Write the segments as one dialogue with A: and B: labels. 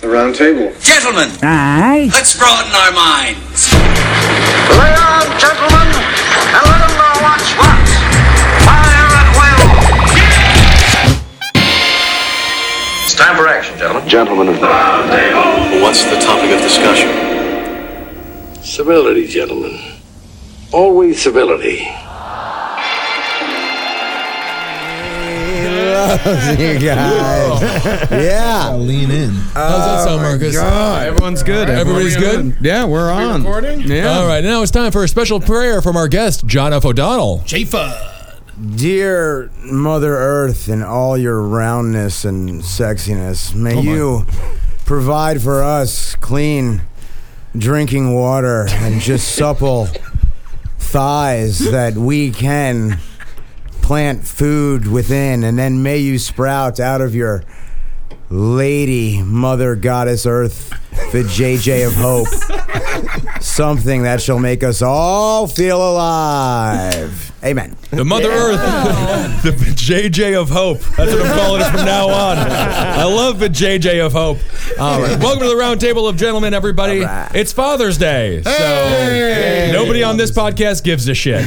A: The round table.
B: Gentlemen,
C: Aye.
B: let's broaden our minds.
D: Lay on, gentlemen, and let 'em know what's what. Fire at will. It's time for action, gentlemen.
E: Gentlemen of
F: What's the topic of discussion?
E: civility, gentlemen. Always civility.
G: you guys. Yeah.
H: Lean in.
I: How's that
H: Oh
I: sound, Marcus?
H: Everyone's good.
I: Everybody's good?
H: Yeah, we're on.
J: recording?
H: Yeah.
I: All right, now it's time for a special prayer from our guest, John F. O'Donnell.
G: Dear Mother Earth and all your roundness and sexiness, may you provide for us clean drinking water and just supple thighs that we can plant food within, and then may you sprout out of your lady, Mother Goddess Earth, the JJ of Hope. Something that shall make us all feel alive. Amen.
I: The Mother Earth, the JJ of Hope. That's what I'm calling it from now on. I love the JJ of Hope. All right, welcome to the round table of gentlemen, everybody.
G: right.
I: It's Father's Day, so
H: Hey!
I: nobody on this podcast gives a shit. I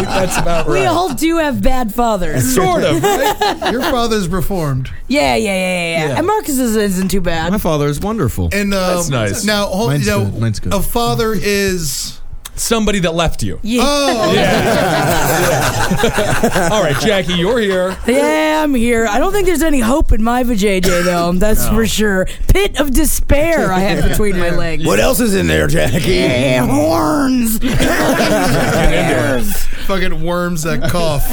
I: think That's about
K: We
I: right.
K: all do have bad fathers.
I: Sort of. right?
J: Your father's reformed.
K: Yeah, yeah, yeah, yeah, yeah.
H: Yeah.
K: And Marcus's isn't too
H: My
K: bad.
H: father is wonderful.
J: And uh,
I: That's nice.
J: Now, hold,
H: Mine's
J: now,
H: good. Mine's good.
J: a father is.
I: Somebody that left you.
K: Yeah,
J: Oh,
I: All right, Jackie, you're here.
K: yeah, I'm here. I don't think there's any hope in my vajayjay though. That's for sure. Pit of despair I have between my legs.
G: What else is in there, Jackie?
K: Horns.
J: fucking worms that cough.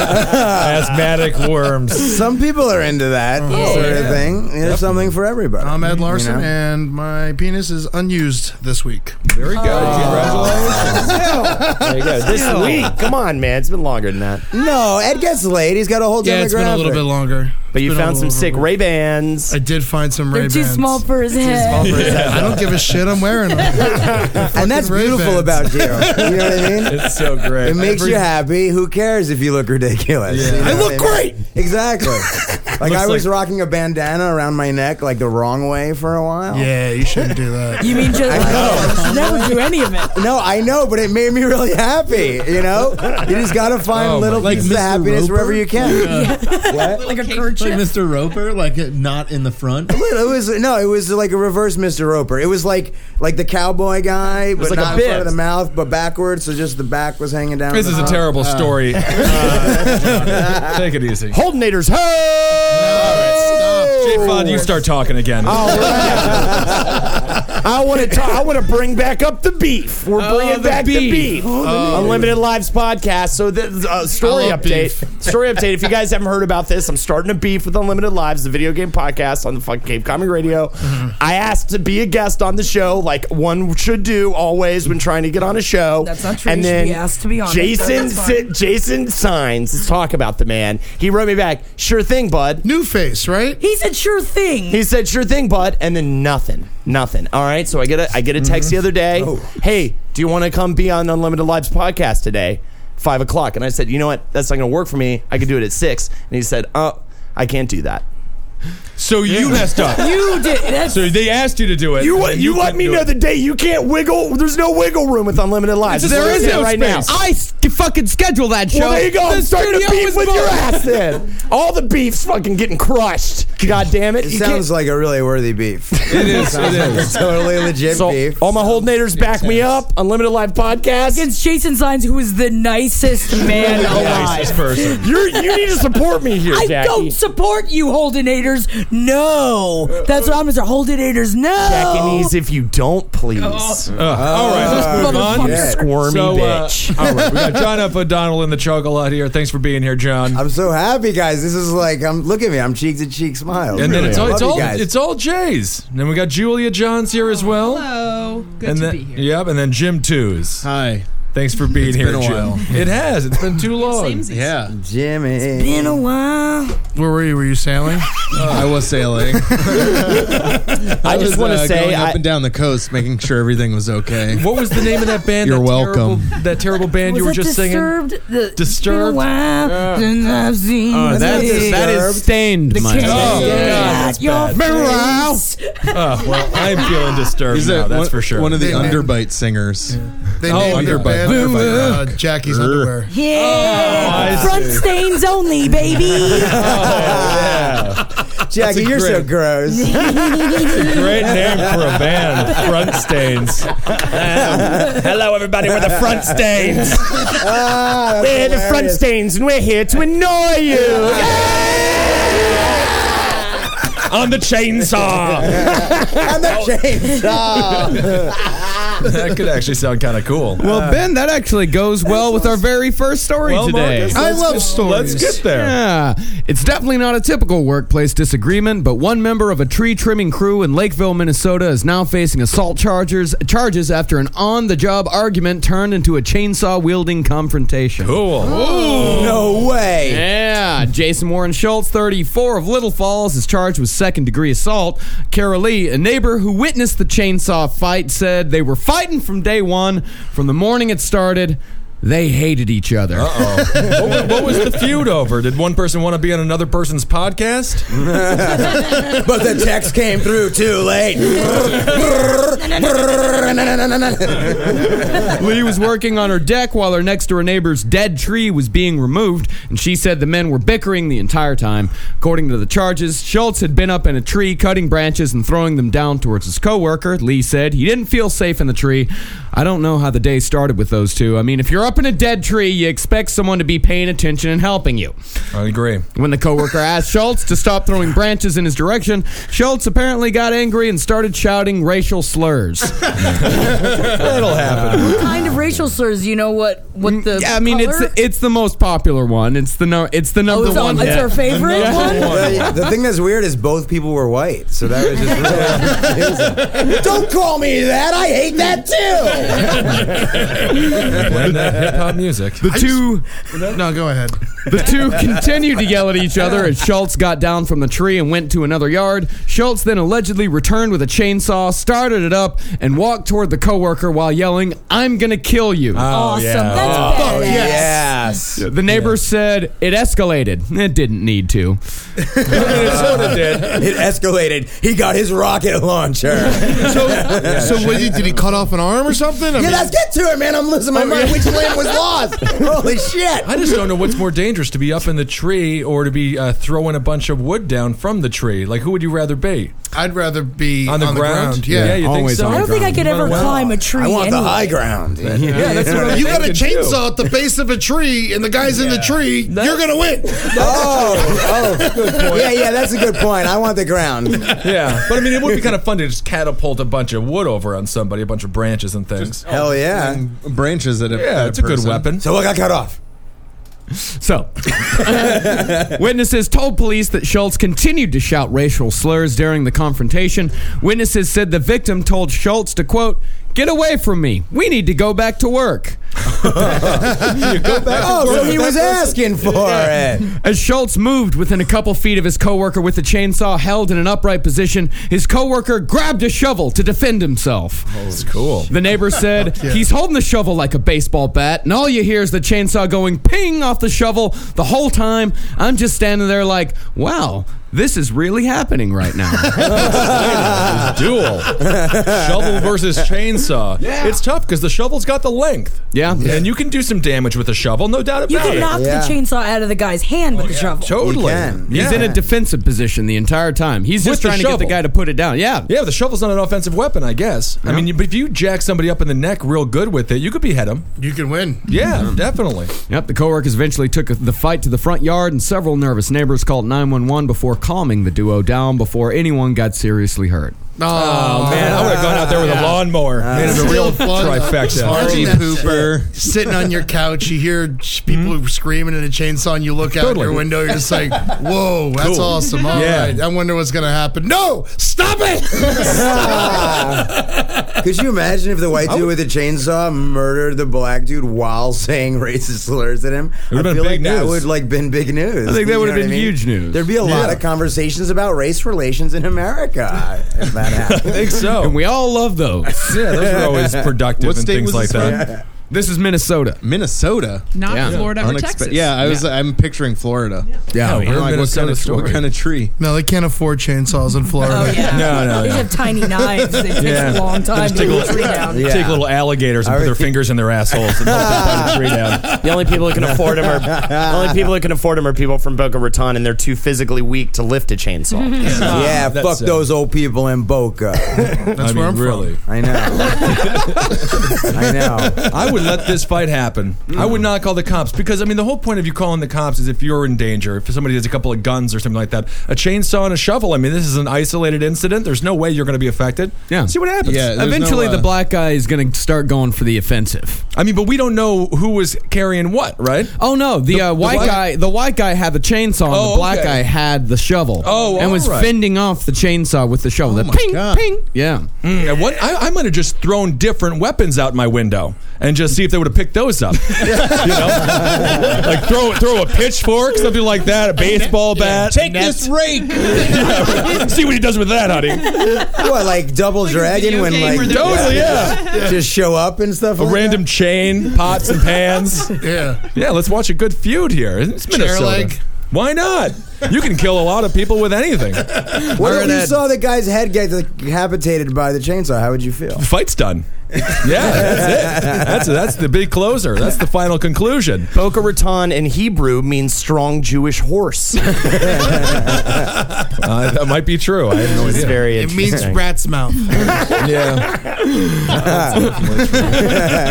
I: Asthmatic worms.
G: Some people are into that
J: Oh,
G: sort of thing. There's something for everybody.
J: I'm Ed Larson, eh?
G: You know?
J: and my penis is unused this week. Uh,
I: There we go.
L: There you go. This week. Come on, man. It's been longer than that.
G: no, Ed gets laid. He's got a whole
J: Yeah,
G: demographic.
J: it's been a little bit longer.
L: But you
J: It's been a
L: found some
J: little
L: sick
J: over-
L: Ray Bans.
J: I did find some
K: They're
J: Ray-Bans.
K: too small for his head.
J: I don't give a shit. I'm wearing them.
G: and that's
J: Ray-Bans.
G: beautiful about you. You know what I mean?
I: It's so
G: It
I: great.
G: makes you happy. Who cares if you look ridiculous?
J: Yeah.
G: You know
J: I
G: what
J: look
G: mean? Exactly. like I was
I: like-
G: rocking a bandana around my neck like the wrong way for a while.
J: Yeah, you shouldn't do that.
K: You mean just
G: know.
K: never do any of it?
G: No, I know, but it made me really happy. You know, you just gotta find
I: Oh,
G: little
I: like
G: pieces
I: Mr.
G: of happiness wherever you can. What?
K: Like a kerchief.
H: Mr. Roper, like not in the front.
G: It was no, it was like a reverse Mr. Roper. It was like like the cowboy guy, but
L: like a
G: not in front of
L: bib.
G: the mouth, but backwards, so just the back was hanging down.
I: This
G: the
I: is a
G: top.
I: terrible
J: Uh,
I: story. Take it easy.
L: Holdenators, ho!
I: Jay Fod, you start
L: Oh.
I: talking again.
L: I want to talk. I want to bring back up the beef. We're
I: Oh,
L: bringing
I: the
L: back the
I: beef.
L: beef. Unlimited Lives podcast. So the uh, story
J: I love
L: update. story update. If you guys haven't heard about this, I'm starting a beef with Unlimited Lives, the video game podcast on the fucking Cave Comic Radio. I asked to be a guest on the show, like one should do always when trying to get on a show.
K: That's not true.
L: And
K: You should
L: then
K: be asked to be on it,
L: Jason,
K: but that's fine.
L: Si- Jason signs. Let's talk about the man. He wrote me back. Sure thing, bud.
J: New face, right?
K: He said, "Sure thing."
L: He said, "Sure thing, bud," and then nothing, nothing. All right, so I get a I get a text the other day. Hey, do you want to come be on Unlimited Lives podcast today, five o'clock? And I said, "You know what? That's not going to work for me. I could do it at 6. And he said, "Oh, I can't do that."
I: So you messed up.
K: You did. That's
I: So they asked you to do it.
L: You you, let
I: couldn't
L: me
I: do
L: know
I: it.
L: the day you can't wiggle. There's no wiggle room with Unlimited Lives.
I: There
L: We're
I: is
L: doing it
I: no
L: right
I: space.
L: now.
I: I
H: fucking schedule that show.
L: well, there you go.
I: the
L: I'm starting to
I: studio
L: beef
I: is
L: with your
I: full.
L: ass. Then all the beef's fucking getting crushed. God damn it!
G: It
L: You can't-
G: sounds like a really worthy beef. It
I: is, um, it
G: is totally legit
L: so
G: beef.
L: all my holdenators back me up. Unlimited Live podcast.
K: against Jason Signs, who is the nicest man
I: Nicest
K: alive.
I: person.
L: You're, you need to support me here,
K: I
L: Jackie.
K: don't support you, Holdenators. No, that's what I'm Mr. Holdenators. No,
L: Japanese, if you don't, please. Oh.
I: Uh, all right, let's move on.
K: motherfucker.
G: Yeah.
L: Squirmy
I: So, uh,
L: bitch.
I: all right, we got John F. O'Donnell in the chuckle out here. Thanks for being here, John.
G: I'm so happy, guys. This is like I'm look at me. I'm cheek to cheek smile.
I: and then
G: Really,
I: it's
G: I
I: all, it's
G: love you
I: all
G: guys.
I: it's all Jays. And then we got Julia Johns here as well.
H: Hello. Good
I: and then, Yep, and then Jim Twos.
H: Hi.
I: Thanks for being
G: It's
I: here,
G: been a
I: Jim.
G: while.
I: It has. It's been too long.
G: Samesies.
I: yeah,
G: Jimmy. It's
K: been a while.
J: Where were you? Were you sailing?
M: I was sailing.
N: I just
M: was,
N: wanna
M: uh,
N: say
M: going
N: I-
M: up and down the coast, making sure everything was okay.
I: What was the name of that band?
M: You're
I: that
M: welcome.
I: Terrible, that terrible band you were
K: Was it
I: just singing.
K: disturbed? The,
I: Disturbed?
K: Yeah. I've seen
I: Oh, that is- that is
L: stained,
K: the
I: my-
K: king
I: Oh, God,
K: at
I: that's
K: your
I: bad.
K: face.
I: Oh, well, I'm feeling disturbed
M: He's
I: now.
M: a-
I: that's
M: one,
I: for sure.
M: One of the
J: They-
M: underbite singers.
J: They
I: Oh,
J: named their
I: underbite.
J: band
I: Underbite
J: uh, Jackie's underwear.
K: Yeah,
I: I
K: front
I: see.
K: stains only, baby.
I: Oh,
G: Jackie, you're so gross.
I: Great name for a band, Front Stains. hello, everybody. We're the Front Stains.
G: Ah, that's
N: We're the front
G: hilarious.
N: stains, and we're here to annoy you.
I: I'm the chainsaw.
G: I'm not chainsaw.
I: that could actually sound kind of cool.
L: Well, Ben, that actually goes well with our very first story
I: Well,
L: today.
I: Marcus,
L: I
I: let's
L: love
I: get-
L: stories.
I: let's get there.
L: Yeah. It's definitely not a typical workplace disagreement, but one member of a tree trimming crew in Lakeville, Minnesota is now facing assault charges charges after an on-the-job argument turned into a chainsaw-wielding confrontation.
I: cool.
G: no way.
L: Yeah, Jason Warren Schultz, 34 of Little Falls, is charged with second degree assault. Kara Lee, a neighbor who witnessed the chainsaw fight, said they were fighting from day one. From the morning it started, they hated each other.
I: what, wa- what was the feud over? Did one person want to be on another person's podcast?
G: But the text came through too late.
L: Lee was working on her deck while her next door neighbor's dead tree was being removed, and she said the men were bickering the entire time. According to the charges, Schultz had been up in a tree cutting branches and throwing them down towards his coworker. Lee said he didn't feel safe in the tree. I don't know how the day started with those two. I mean, if you're up in a dead tree, you expect someone to be paying attention and helping you.
I: I agree.
L: When the coworker asked Schultz to stop throwing branches in his direction, Schultz apparently got angry and started shouting racial slurs.
I: That'll happen.
K: What kind of racial slurs? You know what? What the?
L: Yeah, I mean
K: color?
L: it's it's the most popular one. It's the no, it's the
K: oh,
L: number
K: it's,
L: one.
K: our- it's our favorite one.
G: the, the thing that's weird is both people were white, so that was just really confusing. Don't call me that. I hate that too.
I: Blame that hip hop music.
L: The two
J: No, go ahead.
L: the two continued to yell at each other as Schultz got down from the tree and went to another yard. Schultz then allegedly returned with a chainsaw, started it up, and walked toward the coworker while yelling, "I'm gonna kill you."
K: awesome.
I: yeah.
K: That's badass.
G: Oh, Yes.
L: the neighbor said it escalated. It didn't need to.
I: it sort of did.
G: It escalated. He got his rocket launcher.
J: So, so what
L: "Uh,
J: did, he- did he cut off an arm or something? I
G: yeah,
J: mean-
G: let's get to it, man. I'm losing my mind. Which limb was lost? Holy shit.
I: I just don't know what's more dangerous to be up in the tree or to be uh, throwing a bunch of wood down from the tree. Like, who would you rather be?
J: I'd rather be
I: On the, ground?
J: Yeah.
I: you
L: Always
I: think so?
L: on
K: I don't think I could ever
I: Well,
K: climb a tree.
G: I want the
K: anyway.
G: high ground.
I: Yeah, that's what I'm
J: You got a
I: thinking, too.
J: chainsaw at the base of a tree, and the guy's in the tree. You're gonna win.
G: Oh, oh, good point. Yeah, yeah, that's a good point. I want the ground.
I: Yeah, but I mean, it would be kind of fun to just catapult a bunch of wood over on somebody, a bunch of branches and things.
G: Hell yeah.
M: oh, Branches at a at
I: yeah, it's a good
M: person.
I: weapon.
G: So what got cut off?
L: So, witnesses told police that Schultz continued to shout racial slurs during the confrontation. Witnesses said the victim told Schultz to, quote, Get away from me. We need to go back to work.
G: Oh, so he was asking for it.
L: As Schultz moved within a couple feet of his coworker with the chainsaw held in an upright position, his coworker grabbed a shovel to defend himself.
I: It's cool.
L: The neighbor said, He's holding the shovel like a baseball bat, and all you hear is the chainsaw going ping off the shovel the whole time. I'm just standing there like, Wow, this is really happening right now.
I: duel. shovel versus chainsaw. It's tough because the shovel's got the length.
L: Yeah.
I: And you can do some damage with a shovel, no doubt about
K: You can
I: it.
K: knock
G: Yeah.
K: the chainsaw out of the guy's hand with the shovel.
I: Totally.
G: You can.
I: Yeah.
L: He's in a defensive position the entire time. He's
I: With
L: just
I: the
L: trying to get the
I: shovel.
L: guy to put it down. Yeah.
I: yeah, but the shovel's not an offensive weapon, I guess. I mean, but if you jack somebody up in the neck real good with it, you could behead him.
J: You can win.
I: Yeah, definitely.
L: Yep, the coworkers eventually took the fight to the front yard, and several nervous neighbors called 911 before calming the duo down before anyone got seriously hurt.
I: Oh,
J: Um,
I: man, I would have gone out there with a lawnmower. Made it a real trifecta.
J: Smarty
A: pooper.
J: Sitting on your couch, you hear sh- people screaming in a chainsaw, and you look out
I: Totally.
J: your window, you're just like, whoa, that's
I: Cool.
J: awesome. All right,
I: Yeah.
J: I wonder what's going to happen. No, stop it.
G: Ah. Could you imagine if the white dude with the chainsaw murdered the black dude while saying racist slurs at him? I
I: would've been
G: feel like
I: big
G: that
I: news.
G: would like been big news.
H: I think
G: You
H: that
G: know
H: would've
G: what I
H: been
G: mean?
H: huge news.
G: There'd be a lot of conversations about race relations in America if that
I: I
G: happened.
I: think
H: And
I: so.
H: we all love those.
I: Yeah, those are always productive
A: What
I: and
A: state was
I: things like
A: this
I: that.
A: from?
H: This is Minnesota.
A: Minnesota.
C: Not
H: Yeah.
C: Florida or
A: Unexpe-
C: Texas.
A: Yeah, I was. I'm picturing Florida.
I: Yeah,
A: I'm like, what kind
I: Minnesota
A: of what
I: story.
A: kind of tree?
J: no, they can't afford chainsaws in Florida.
K: Oh yeah.
I: No, no,
K: They
I: yeah.
K: have tiny knives. It takes
I: Yeah.
K: a long time to
I: Just take a
K: get a
I: little-
K: tree down.
G: Yeah.
I: Take little alligators and
G: I
I: put
G: would
I: their
G: think-
I: fingers in their assholes and let them put a tree down.
L: The only people who can afford them are the only people who can afford them are people from Boca Raton, and they're too physically weak to lift a chainsaw.
G: yeah,
I: that's
G: fuck
I: sad.
G: those old people in Boca.
I: That's I
J: where I'm from.
I: really.
G: I know. I know.
I: I would let this fight happen. I would not call the cops because I mean the whole point of you calling the cops is if you're in danger, if somebody has a couple of guns or something like that, a chainsaw and a shovel. I mean this is an isolated incident. There's no way you're going to be affected.
H: Yeah.
I: See what happens.
A: Yeah, there's
H: Eventually,
A: no, uh,
H: the black guy is going to start going for the offensive.
I: I mean, but we don't know who was carrying what, right?
H: Oh no, the,
I: The-
H: uh,
I: the
H: white
I: black-
H: guy, the white guy had the chainsaw, and
I: Oh,
H: the black
I: okay.
H: guy had the shovel.
I: Oh,
H: and was
I: alright.
H: fending off the chainsaw with the
J: Oh
H: shovel. the
A: my
H: ping,
A: God.
H: ping. Yeah.
I: Mm, and what I, I might have just thrown different weapons out my window and just see if they would have picked those up. you know, like throw throw a pitchfork, something like that, a baseball bat. Take this rake. See what he does with that, honey.
G: What, like Double Dragon
C: video
G: when
C: game
G: like
C: where they're-
I: Totally, yeah.
G: just show up and stuff?
I: A
G: like
I: random chain, pots and pans.
J: yeah.
I: Yeah, let's watch a good feud here. It's Minnesota.
J: leg.
I: Why not? You can kill a lot of people with anything.
G: that? What if
I: Or
G: you
I: that-
G: saw the guy's head get decapitated by the chainsaw? How would you feel?
I: Fight's done. Yeah, that's it. That's that's the big closer. That's the final conclusion.
L: Boca Raton in Hebrew means strong Jewish horse.
I: Uh, that might be true. I have no
L: It's
I: idea.
L: very
J: It means
L: interesting.
J: rat's mouth.
I: Yeah.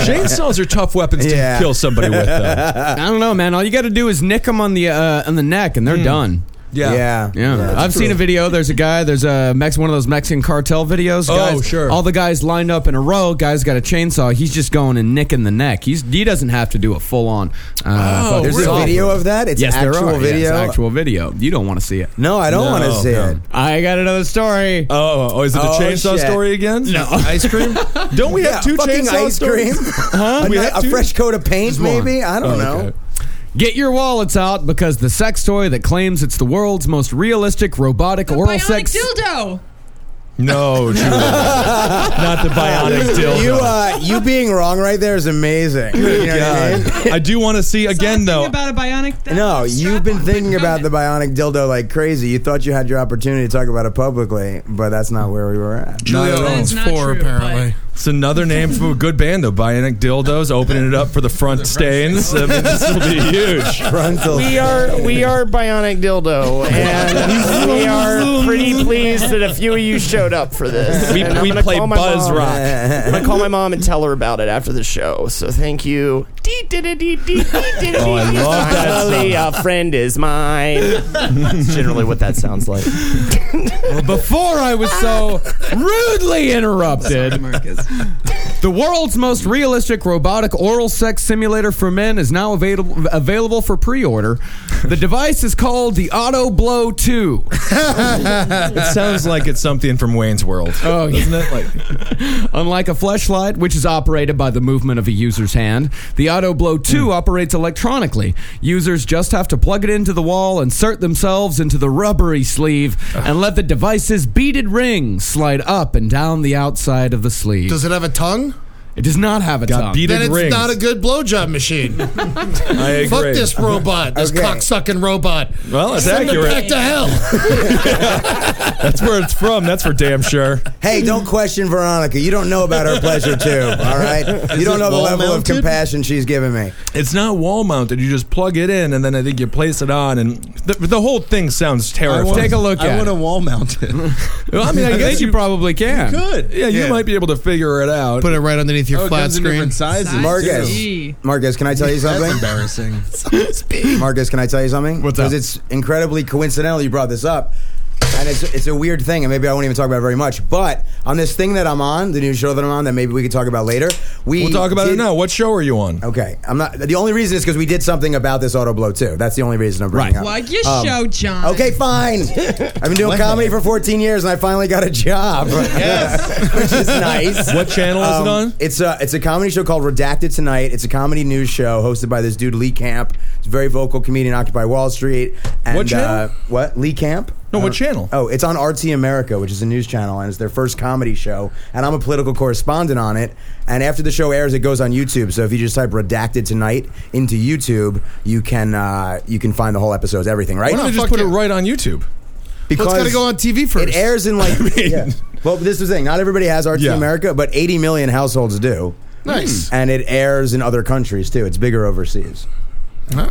I: Chainsaws are tough weapons
G: Yeah.
I: to kill somebody with, though.
H: I don't know, man. All you got to do is nick them on the uh, on the neck, and they're
I: Hmm.
H: done.
G: Yeah.
H: Yeah, I've seen a video. There's a guy. There's a Mex, one of those Mexican cartel videos.
I: Oh,
H: Guys-
I: sure.
H: All the guys lined up in a row. Guy's got a chainsaw. He's just going and nicking the neck. He's he doesn't have to do a full on. Uh,
I: Oh,
H: fucking
G: There's
H: saw
G: a video
H: through.
G: of that? It's
H: yes,
G: actual
H: there are. Yeah,
G: video.
H: it's actual video. You don't want to see it.
G: No, I don't want to
I: No,
G: see
I: no.
G: it.
H: I got another story.
I: Oh, oh, is it the
G: Oh,
I: chainsaw
G: shit.
I: story again? No.
J: Ice cream?
I: Don't we
G: Yeah,
I: have two
G: fucking
I: chainsaw
G: ice
I: stories?
G: cream.
I: Huh?
G: A,
I: we
G: ni-
I: have
G: a
I: two? Oh,
G: fresh coat of paint,
I: more.
G: maybe? I don't know.
I: okay.
H: Get your wallets out because the sex toy that claims it's the world's most realistic robotic
C: The
H: oral
C: bionic
H: sex.
C: dildo.
I: No, Julie. not the bionic dildo.
G: You, uh, you being wrong right there is amazing. You know what I mean?
I: God. I do want to see again,
C: Something
I: though.
C: about a bionic. dildo.
G: No, you've been
C: Strap-on.
G: thinking about
C: Got
G: the
C: it.
G: bionic dildo like crazy. You thought you had your opportunity to talk about it publicly, but that's not where we were at.
I: Julia
J: Not at all.
C: That's
J: It's
C: not
J: four,
C: true,
J: apparently.
I: It's another name for a good band, though. Bionic dildos, opening it up for the front stains. I mean, this will be huge.
G: Frontal.
L: We are we are Bionic Dildo, and we are pretty pleased that a few of you showed up for this.
I: We-
L: And I'm
I: we
L: gonna
I: play
L: call my
I: Buzz
L: mom.
I: Rock.
L: I'm gonna call my mom and tell her about it after the show. So thank you. Oh,
I: I love that
L: Finally, a friend is mine. That's generally what that sounds like.
H: Before I was so rudely interrupted. The world's most realistic robotic oral sex simulator for men is now available available for pre-order. The device is called the Auto Blow 2.
I: It sounds like it's something from Wayne's World.
H: Oh, yeah.
I: isn't it? Like,
H: Unlike a fleshlight, which is operated by the movement of a user's hand, the Auto Blow 2 operates electronically. Users just have to plug it into the wall, insert themselves into the rubbery sleeve, and let the device's beaded ring slide up and down the outside of the sleeve.
J: Does it have a tongue?
H: it does not have a tongue.
I: beaded
J: Then it's
I: rings.
J: not a good blowjob machine.
I: I agree.
J: Fuck this robot, this
G: Okay.
J: cocksucking robot.
I: Well, it's
J: Send it back
I: accurate.
J: to hell.
I: That's where it's from. That's for damn sure.
G: Hey, don't question Veronica. You don't know about her pleasure tube, all right? you
A: it
G: don't know the level of
A: wall-mounted?
G: compassion she's giving me.
I: It's not wall mounted. You just plug it in, and then I think you place it on, and the, the whole thing sounds terrifying.
H: Take a look
A: I
H: at
A: want
H: it.
A: a wall mounted.
I: Well, I mean, I guess you
H: probably can.
I: could. Yeah, you
J: Yeah.
I: might be able to figure it out.
J: Put it right underneath your
A: Oh, it
J: flat
A: comes in
J: screen.
A: different sizes.
C: Size.
G: Marcus.
C: Gee.
G: Marcus, can I tell you
A: That's
G: something?
A: embarrassing.
G: Marcus, can I tell you something?
H: What's up?
G: Because it's incredibly coincidental you brought this up. and it's it's a weird thing, and maybe I won't even talk about it very much. But on this thing that I'm on, the new show that I'm on, that maybe we could talk about later. We
I: We'll talk about it
G: did-
I: now. What show are you on?
G: Okay, I'm not. The only reason is because we did something about this auto blow too. That's the only reason I'm bringing
C: Right.
G: up. Um,
C: Plug your
K: Um,
C: show, John.
G: Okay, fine. I've been doing comedy for 14 years, and I finally got a job. Yes, which is nice. Um,
I: What channel is it on?
G: It's a it's a comedy show called Redacted Tonight. It's a comedy news show hosted by this dude Lee Camp. He's a very vocal comedian, Occupy Wall Street. And,
I: What channel?
G: Uh, what Lee Camp?
I: No,
G: I
I: what
G: don't-
I: channel?
G: Oh, it's on RT America, which is a news channel, and it's their first comedy show. And I'm a political correspondent on it. And after the show airs, it goes on YouTube. So if you just type "redacted tonight" into YouTube, you can uh, you can find the whole episodes, everything. Right?
I: Why don't they just put it right on YouTube?
G: oh, Because
I: Well, it's gotta go on
G: TV first. It airs in like. yeah. Well, this is the thing. Not everybody has RT
I: Yeah.
G: America, but 80 million households do.
J: Nice.
G: And it airs in other countries too. It's bigger overseas.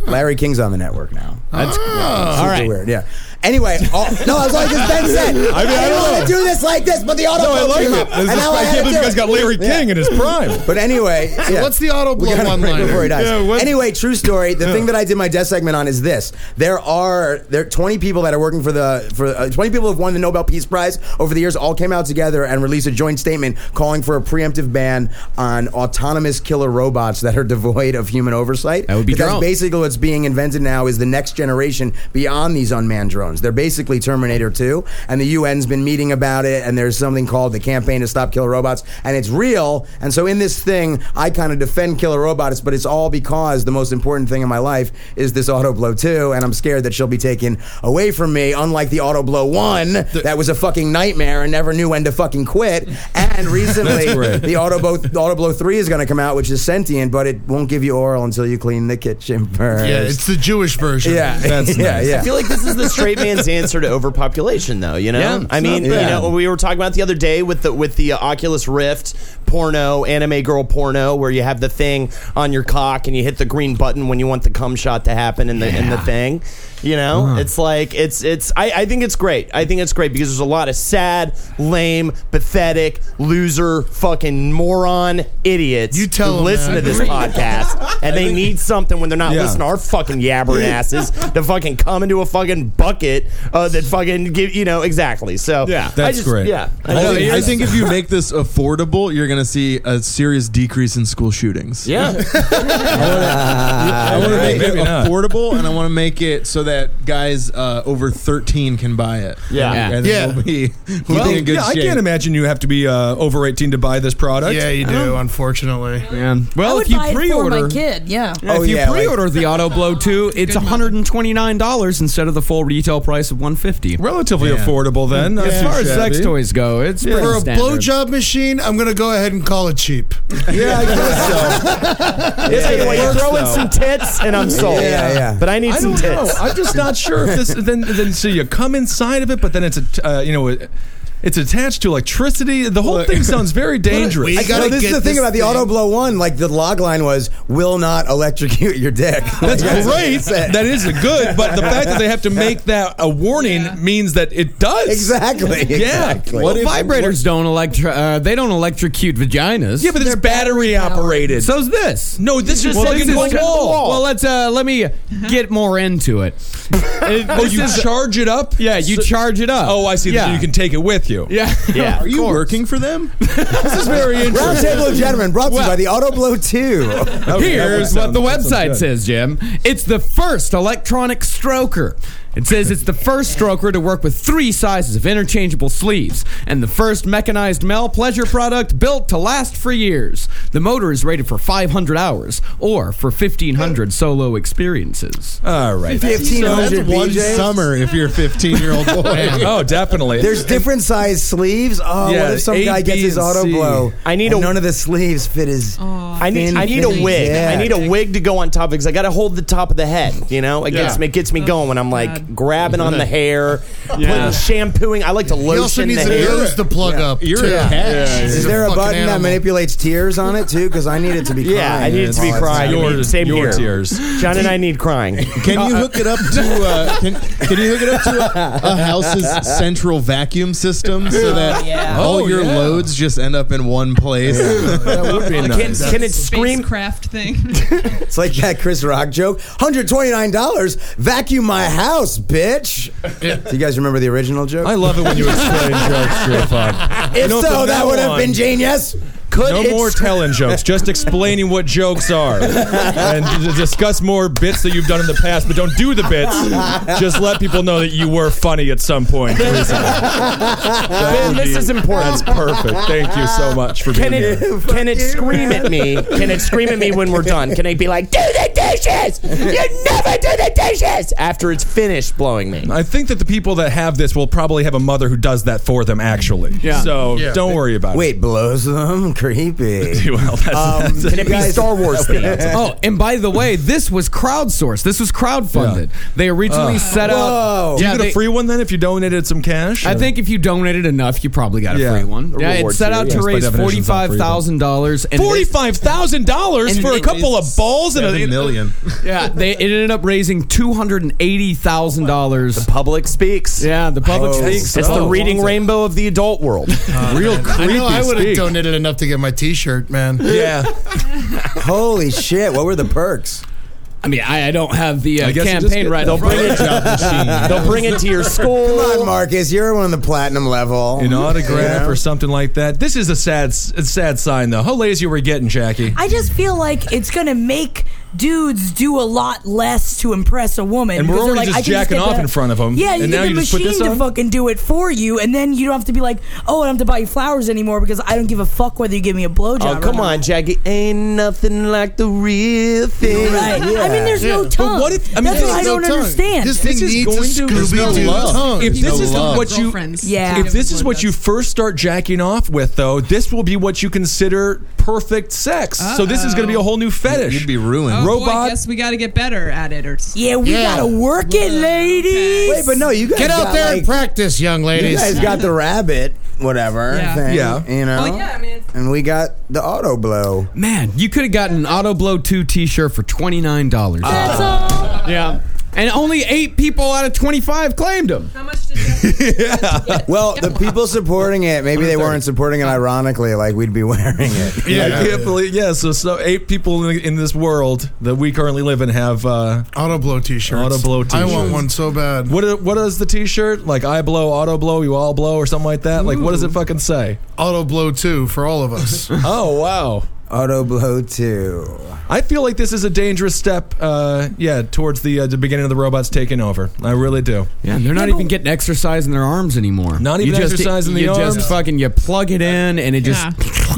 G: Larry King's on the network now. That's
J: Ah.
G: super
J: All right.
G: weird. Yeah. Anyway, all, no, I was like this Ben said. I,
J: mean, I
G: don't
J: don't
G: want
J: know.
G: to do this like this, but the auto
J: No, I
G: blow
J: like
G: came
J: it.
G: up,
J: This is-
G: and now
J: I
G: I had
J: can't
G: to
J: believe you
G: do
J: guys
G: it.
J: got Larry King in his prime.
G: But anyway,
J: So
G: yeah.
J: what's the auto
G: We
J: blow
G: gotta break
J: one-liner?
G: before he dies.
J: Yeah, what-
G: Anyway, true story. The thing that I did my death segment on is this: there are there are 20 people that are working for the for uh, 20 people who've won the Nobel Peace Prize over the years. All came out together and released a joint statement calling for a preemptive ban on autonomous killer robots that are devoid of human oversight. That would
H: be
G: because
H: drones.
G: basically what's being invented now is the next generation beyond these unmanned drones. They're basically Terminator 2, and the UN's been meeting about it, and there's something called the Campaign to Stop Killer Robots, and it's real. And so in this thing, I kind of defend killer robots, but it's all because the most important thing in my life is this Auto Blow 2, and I'm scared that she'll be taken away from me, unlike the Auto Blow 1 that was a fucking nightmare and never knew when to fucking quit. And recently,
I: That's great.
G: the Auto Blow, the Auto Blow 3 is going to come out, which is sentient, but it won't give you oral until you clean the kitchen first.
J: Yeah, it's the Jewish version.
G: Yeah. That's Yeah, nice. yeah.
L: I feel like this is the straight man's answer to overpopulation, though. You know,
G: Yeah,
L: I
G: it's
L: mean,
G: not
L: you
G: bad.
L: know, we were talking about the other day with the with the uh, Oculus Rift porno, anime girl porno, where you have the thing on your cock and you hit the green button when you want the cum shot to happen in the in the thing. You know,
I: Huh.
L: it's like it's it's. I, I think it's great. I think it's great because there's a lot of sad, lame, pathetic, loser, fucking moron, idiots. You
J: tell
L: who
J: 'em,
L: listen
J: man.
L: to this podcast and they need something when they're not
J: Yeah.
L: listening to our fucking yabbering asses to fucking come into a fucking bucket uh, that fucking give you know exactly. So yeah, I
A: That's
L: just,
A: great.
L: Yeah,
A: I, think, I think if you make this affordable, you're going to see a serious decrease in school shootings.
L: Yeah.
A: I want to
L: Right.
A: make it
L: Maybe not.
A: affordable, and I want to make it so that guys uh, over 13 can buy it.
I: Yeah. Yeah.
A: and
I: Yeah.
A: then we'll be, we'll
I: Well,
A: be in good
I: yeah,
A: shape.
I: I can't imagine you have to be uh, over 18 to buy this product.
J: Yeah, you do,
I: unfortunately. Yeah.
K: I
H: Well,
K: would
H: if you
K: buy it for
H: pre-order,
K: my kid. Yeah.
H: Yeah, if you pre-order the Auto Blow 2, it's $129 instead of the full retail price of 150
I: Relatively affordable then. Not
H: As
I: too
H: far as
I: shabby.
H: sex toys go, it's
I: Yeah.
H: pretty
J: For a
H: standard.
J: blowjob machine, I'm gonna go ahead and call it cheap.
G: Yeah, I guess
J: so.
L: It's like, well, you throw in some tits and I'm sold.
I: Yeah, yeah.
L: But I need some
I: don't know.
L: tits.
I: Oh, I'm just not sure if this. Then, then so you come inside of it, but then it's a uh, you know. It, it's attached to electricity. The whole thing sounds very dangerous.
G: I- no, this is the thing about the auto blow one. Like the log line was, "Will not electrocute your dick."
I: That's
G: Like,
I: great.
G: that's it.
I: That is good, but the fact that they have to make that a warning means that it does.
G: Exactly,
I: Yeah.
G: exactly.
I: What
H: Well, vibrators don't electri- uh, they don't electrocute vaginas.
I: Yeah, but it's battery operated.
H: So's this.
I: No, this is
H: well,
I: like
H: this
I: a
H: is-
I: wall. Uh-huh.
H: Well, let's uh, let me get more into it. It-
I: Oh,
H: this
I: you
H: is-
I: charge it up?
H: Yeah, you charge it up.
I: Oh, I see.
H: Yeah.
I: So you can take it with you.
H: yeah,
L: Yeah.
A: Are you working for them?
I: This is very interesting.
G: Round table of gentlemen brought to you
H: Well-
G: by the auto blow two.
H: Here's
I: that
H: what the
I: sounds- that sounds
H: website
I: good.
H: says, Jim. It's the first electronic stroker. It says it's the first stroker to work with three sizes of interchangeable sleeves and the first mechanized male pleasure product built to last for years. The motor is rated for 500 hours or for 1500 solo experiences.
I: All right.
G: Fifteen hundred
A: That's one summer if you're a 15 year old boy.
I: Oh, definitely.
G: There's different size sleeves. Oh,
I: Yeah,
G: what if some
I: A,
G: guy
I: B,
G: gets his
I: and
G: auto
I: C.
G: blow?
L: I need
G: and
L: a-
G: none of the sleeves fit his.
L: I need,
G: thin,
L: I need a
G: thin-
L: wig.
G: Yeah.
L: I need a wig to go on top because I got to hold the top of the head. You know, it gets
H: Yeah.
L: me, it gets me going when I'm like
C: God.
L: grabbing on the hair,
H: Yeah.
L: putting shampooing. I like to
J: He also
L: lotion the
J: needs a
L: hair.
J: nose to plug up.
A: You're
J: too.
A: a catch.
G: Is there a
J: fucking
G: button that
J: animal.
G: manipulates tears on it too? Because I need it to be.
L: Yeah,
G: crying Oh,
L: I need it to be
G: all the
L: crying.
G: time.
L: I mean,
I: Your,
L: same
I: your
L: here.
I: tears.
L: John and I need crying.
A: Can you hook it up to uh, can, can you hook it up to a, a house's central vacuum system so that
C: yeah.
A: all
I: Oh,
A: your
I: yeah.
A: loads just end up in one place?
I: That would be
L: Can,
I: nice.
L: can it scream?
C: spacecraft thing.
G: It's like that Chris Rock joke. $129, vacuum my house. house, bitch. Do you guys remember the original joke?
I: I love it when you explain jokes to a pod.
G: If
I: No,
G: so,
I: from
G: that
I: now
G: would have
I: on-
G: been genius. Could
I: no
G: it
I: more telling jokes, just explaining what jokes are, and d- d- discuss more bits that you've done in the past. But don't do the bits. Just let people know that you were funny at some point.
L: Ben, this is important.
I: That's perfect. Thank you so much for being
L: Can it
I: here.
L: can it scream at me? Can it scream at me when we're done? Can it be like, do the dishes? You never do the dishes after it's finished blowing me.
I: I think that the people that have this will probably have a mother who does that for them. Actually,
L: Yeah.
I: So
J: Yeah.
I: don't worry about
G: Wait, blows them? Creepy.
I: it. Well, that's, that's-
L: Can it be Star Wars themed?
H: Oh, and by the way, this was crowdsourced. This was crowdfunded. They originally set
G: Whoa.
H: out.
I: Do Uh, you
H: Yeah,
I: get
H: they-
I: a free one then if you donated some cash?
H: I think if you donated enough, you probably got a
I: Yeah.
H: free one.
I: A
H: Yeah, it
I: reward
H: set
I: too,
H: out
I: yeah.
H: to
I: Yes, by
H: raise
I: definition,
H: forty
I: it's not
H: five
I: free, but-
H: thousand dollars.
I: Forty-five thousand dollars
H: And
I: for a
H: it
I: couple of
H: raised
I: balls and
A: Seven
I: a
A: million.
H: Yeah, they it ended up raising two hundred and eighty thousand dollars.
L: Public speaks.
H: Yeah, the public
G: Oh,
H: speaks.
L: It's the
H: Oh.
L: reading rainbow of the adult world.
I: real
J: I
I: creepy.
J: know I would have
I: speak.
J: donated enough to get my T-shirt, man.
I: Yeah,
G: Holy shit! What were the perks?
H: I mean, I, I don't have the uh,
I: I guess you just
H: campaign
I: get
H: right.
I: the
H: up front.
L: They'll bring it to your
G: Come
L: school.
G: on, Marcus, you're one of the platinum level.
I: an autograph
G: You know?
I: or something like that. This is a sad, a sad sign though. How lazy we're getting, Jackie.
K: I just feel like it's gonna make dudes do a lot less to impress a woman.
I: And
K: because
I: we're
K: they're
I: already
K: like,
I: just
K: "I can
I: jacking
K: get
I: off in front of 'em,
K: Yeah, you
I: and
K: get
I: now
K: the
I: you just put
K: machine
I: this
K: to
I: on?
K: fucking do it for you, and then you don't have to be like, oh, I don't have to buy you flowers anymore because I don't give a fuck whether you give me a blowjob.
L: Oh,
K: or
L: come
K: not."
L: on, Jackie. Ain't nothing like the real thing.
K: Right.
G: Yeah.
K: I mean, there's no tongue.
I: what if- I mean,
K: That's
I: there's
K: what I
I: no
K: don't
I: tongue.
K: understand.
J: This thing
I: is
J: needs a
I: going to- there's
J: Scooby-Doo
I: no love.
J: tongue.
I: If this is
A: love.
I: what you,
K: Yeah.
I: if this is what you first start jacking off with, though, this will be what you consider perfect sex. So this is going to be a whole new fetish.
A: You'd be
C: Oh,
A: ruined.
I: Robot.
C: we got to get better at it. Or
K: yeah, we
J: Yeah.
K: gotta work it, ladies.
G: Wait, but no, you guys
J: Get out
G: got,
J: there and
G: like,
J: practice, young
G: You
J: ladies.
G: guys got the rabbit, whatever
C: Yeah.
G: thing.
I: Yeah.
G: You know.
C: mean,
G: And we got the auto blow.
H: Man, you could have gotten an Auto Blow 2 t shirt for $29.
K: That's all.
H: yeah. And only eight people out of 25 claimed them.
C: how much did that?
G: Well, the people supporting it, maybe they weren't supporting it ironically, like we'd be wearing it.
I: Yeah, I can't believe. Yeah, so so eight people in, in this world that we currently live in have. Uh,
J: Auto blow T-shirts.
I: Auto blow
J: I
I: t-shirts.
J: want one so bad.
I: what i- what is the T-shirt like? I blow, auto blow, you all blow, or something like that. Like, what does it fucking say?
J: Auto blow two for all of us.
I: Oh wow!
G: Auto blow too.
I: I feel like this is a dangerous step. Uh, yeah, towards the uh, the beginning of the robots taking over. I really do.
H: Yeah, they're not even getting exercise in their arms anymore.
I: Not even
H: you just,
I: exercise in the
H: you
I: arms?
H: just fucking you plug it in and it just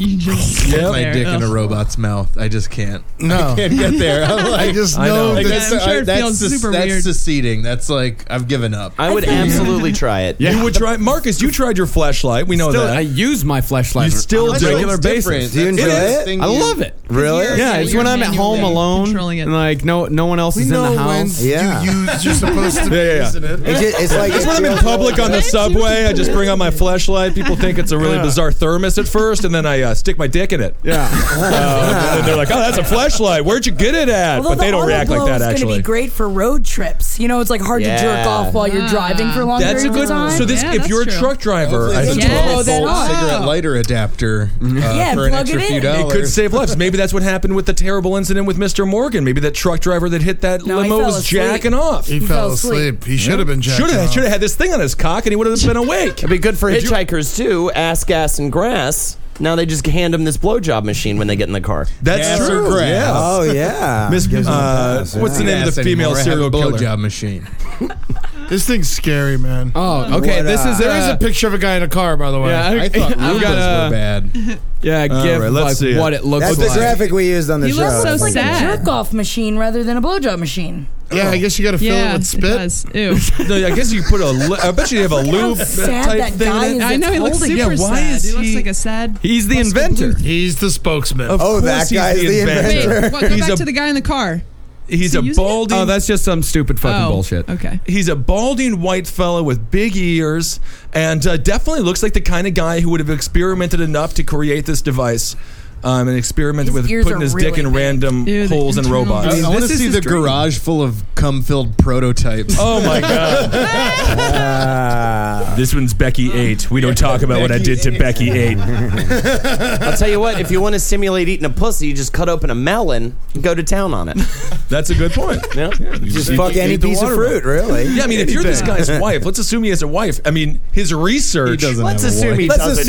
C: you just
I: Yep.
A: My dick in a robot's mouth. I just can't.
J: No.
A: I can't get there. I'm like,
J: I just
I: I
J: know.
I: know.
A: like,
J: that-
A: that's,
C: I'm sure it
A: that's
C: feels
A: se-
C: super
A: that's
C: weird.
A: seceding. That's like I've given up.
L: I would absolutely try it.
I: You would try, Marcus. You tried your flashlight. We know
H: Still,
I: that.
H: I use my flashlight.
I: you still
H: on a
I: do.
H: regular basis.
G: Do you enjoy it?
H: I love it.
G: Really?
H: Yeah, it's when I'm at home alone and like no no one else is in the house.
G: Yeah.
J: You use, you're supposed to be
I: Yeah, yeah, yeah.
J: using it.
G: It's, just, it's like
I: It's when I'm in public on the subway. I just bring out my flashlight. People think it's a really bizarre thermos at first, and then I uh, stick my dick in it.
H: Yeah.
I: Uh, and they're like, "Oh, that's a flashlight. Where'd you get it at?"
K: Although
I: but they
K: the
I: don't
K: auto
I: react like
K: blow is
I: that.
K: gonna
I: Actually,
K: be great for road trips. You know, it's like hard to jerk
L: Yeah.
K: off while
C: Ah.
K: you're driving for long
I: that's a
K: periods
I: good.
K: of time.
I: So this,
C: Yeah,
I: if
C: that's
I: you're a
C: true.
I: truck driver, I
A: It's
I: think
A: a
C: Yes.
A: 12
K: Blow
A: volt
K: that up.
A: cigarette lighter adapter uh,
K: Yeah,
A: for an
K: plug
A: extra
K: it
A: few
K: in. It
I: it
A: dollars.
I: could save lives. Maybe that's what happened with the terrible incident with Mr. Morgan. Maybe that truck driver that hit that
K: No, he
I: limo
K: fell
I: was
K: asleep.
I: jacking off.
J: He, fell asleep. He should have been jacking
I: Should have
J: off.
I: should have had this thing on his cock, and he would have been awake.
L: It'd be good for hitchhikers too. Ass, gas, and grass. Now they just hand them this blowjob machine when they get in the car.
I: That's
A: Gas or
I: true.
A: grass.
I: Yeah.
G: Oh yeah.
I: Miss-
G: Gives them a
I: uh,
G: pass,
I: what's the
G: yeah.
I: name?
A: Gas
I: the
A: anymore.
I: female
A: I have
I: serial
A: a
I: killer.
A: blowjob machine.
J: This thing's scary, man.
H: Oh, okay.
G: What,
H: this
G: uh,
H: is
J: There is
H: uh,
J: a picture of a guy in a car, by the way.
H: Yeah,
A: I thought
H: I've
A: Rubas were
H: got a
A: bad.
H: yeah.
I: All
H: Give
I: right, let's
H: like
I: see it.
H: what it looks
G: That's the
H: like.
G: graphic we used on the
C: You
G: show.
C: look so
G: It's like-
C: sad.
K: jerk off machine rather than a blowjob machine.
J: Yeah, I guess you got to fill it
C: Yeah,
J: with
C: it
J: spit.
C: does. Ew.
I: No, I guess you put a. Li- I bet you have a lube
K: sad
I: type
K: that
I: thing.
K: guy
I: in it.
K: is.
C: I know he looks
K: holding
C: super
I: Yeah, why
C: sad.
I: is
C: he looks
I: he-
C: like a sad.
H: He's the
C: Mustard
H: inventor.
J: He's the spokesman.
I: Of
G: Oh, that
I: course he's
G: guy's the
C: Wait,
G: inventor.
C: what? Go
I: He's
C: back
I: a-
C: to the guy in the car.
I: He's
C: he
I: a
C: using it?
I: balding.
H: Oh, that's just some stupid fucking
C: oh,
H: bullshit.
C: Okay.
I: He's a balding white fella with big ears, and uh, definitely looks like the kind of guy who would have experimented enough to create this device. um, and experimented
A: His
I: with
A: ears
I: putting
A: are
I: his dick
A: really
I: in
A: big.
I: random holes and robots.
A: I, want to see the garage full of cum-filled prototypes.
I: Oh my god! this one's Becky Eight. We don't talk about what I did to Becky Eight.
L: I'll tell you what, if you want to simulate eating a pussy, you just cut open a melon and go to town on it.
I: That's a good point.
L: Yeah.
I: Just fuck any piece of fruit,
G: really.
I: Yeah, I mean, if you're this
L: Anything.
I: guy's wife, let's assume he has a wife. I mean, his research.
L: He doesn't Let's have a assume wife. he doesn't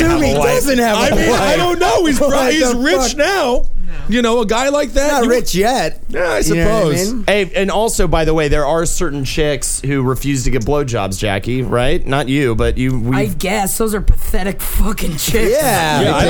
L: have a wife.
I: I mean, I don't know. He's
L: What
I: probably, he's
L: the
I: rich
L: fuck?
I: now. You know, a guy like that. you- Yeah, I suppose.
L: Hey, and also, by the way, there are certain chicks who refuse to get blowjobs, Jackie. Right? Not you, but you. We.
K: I guess those are pathetic fucking chicks.
L: Yeah. Yeah, I-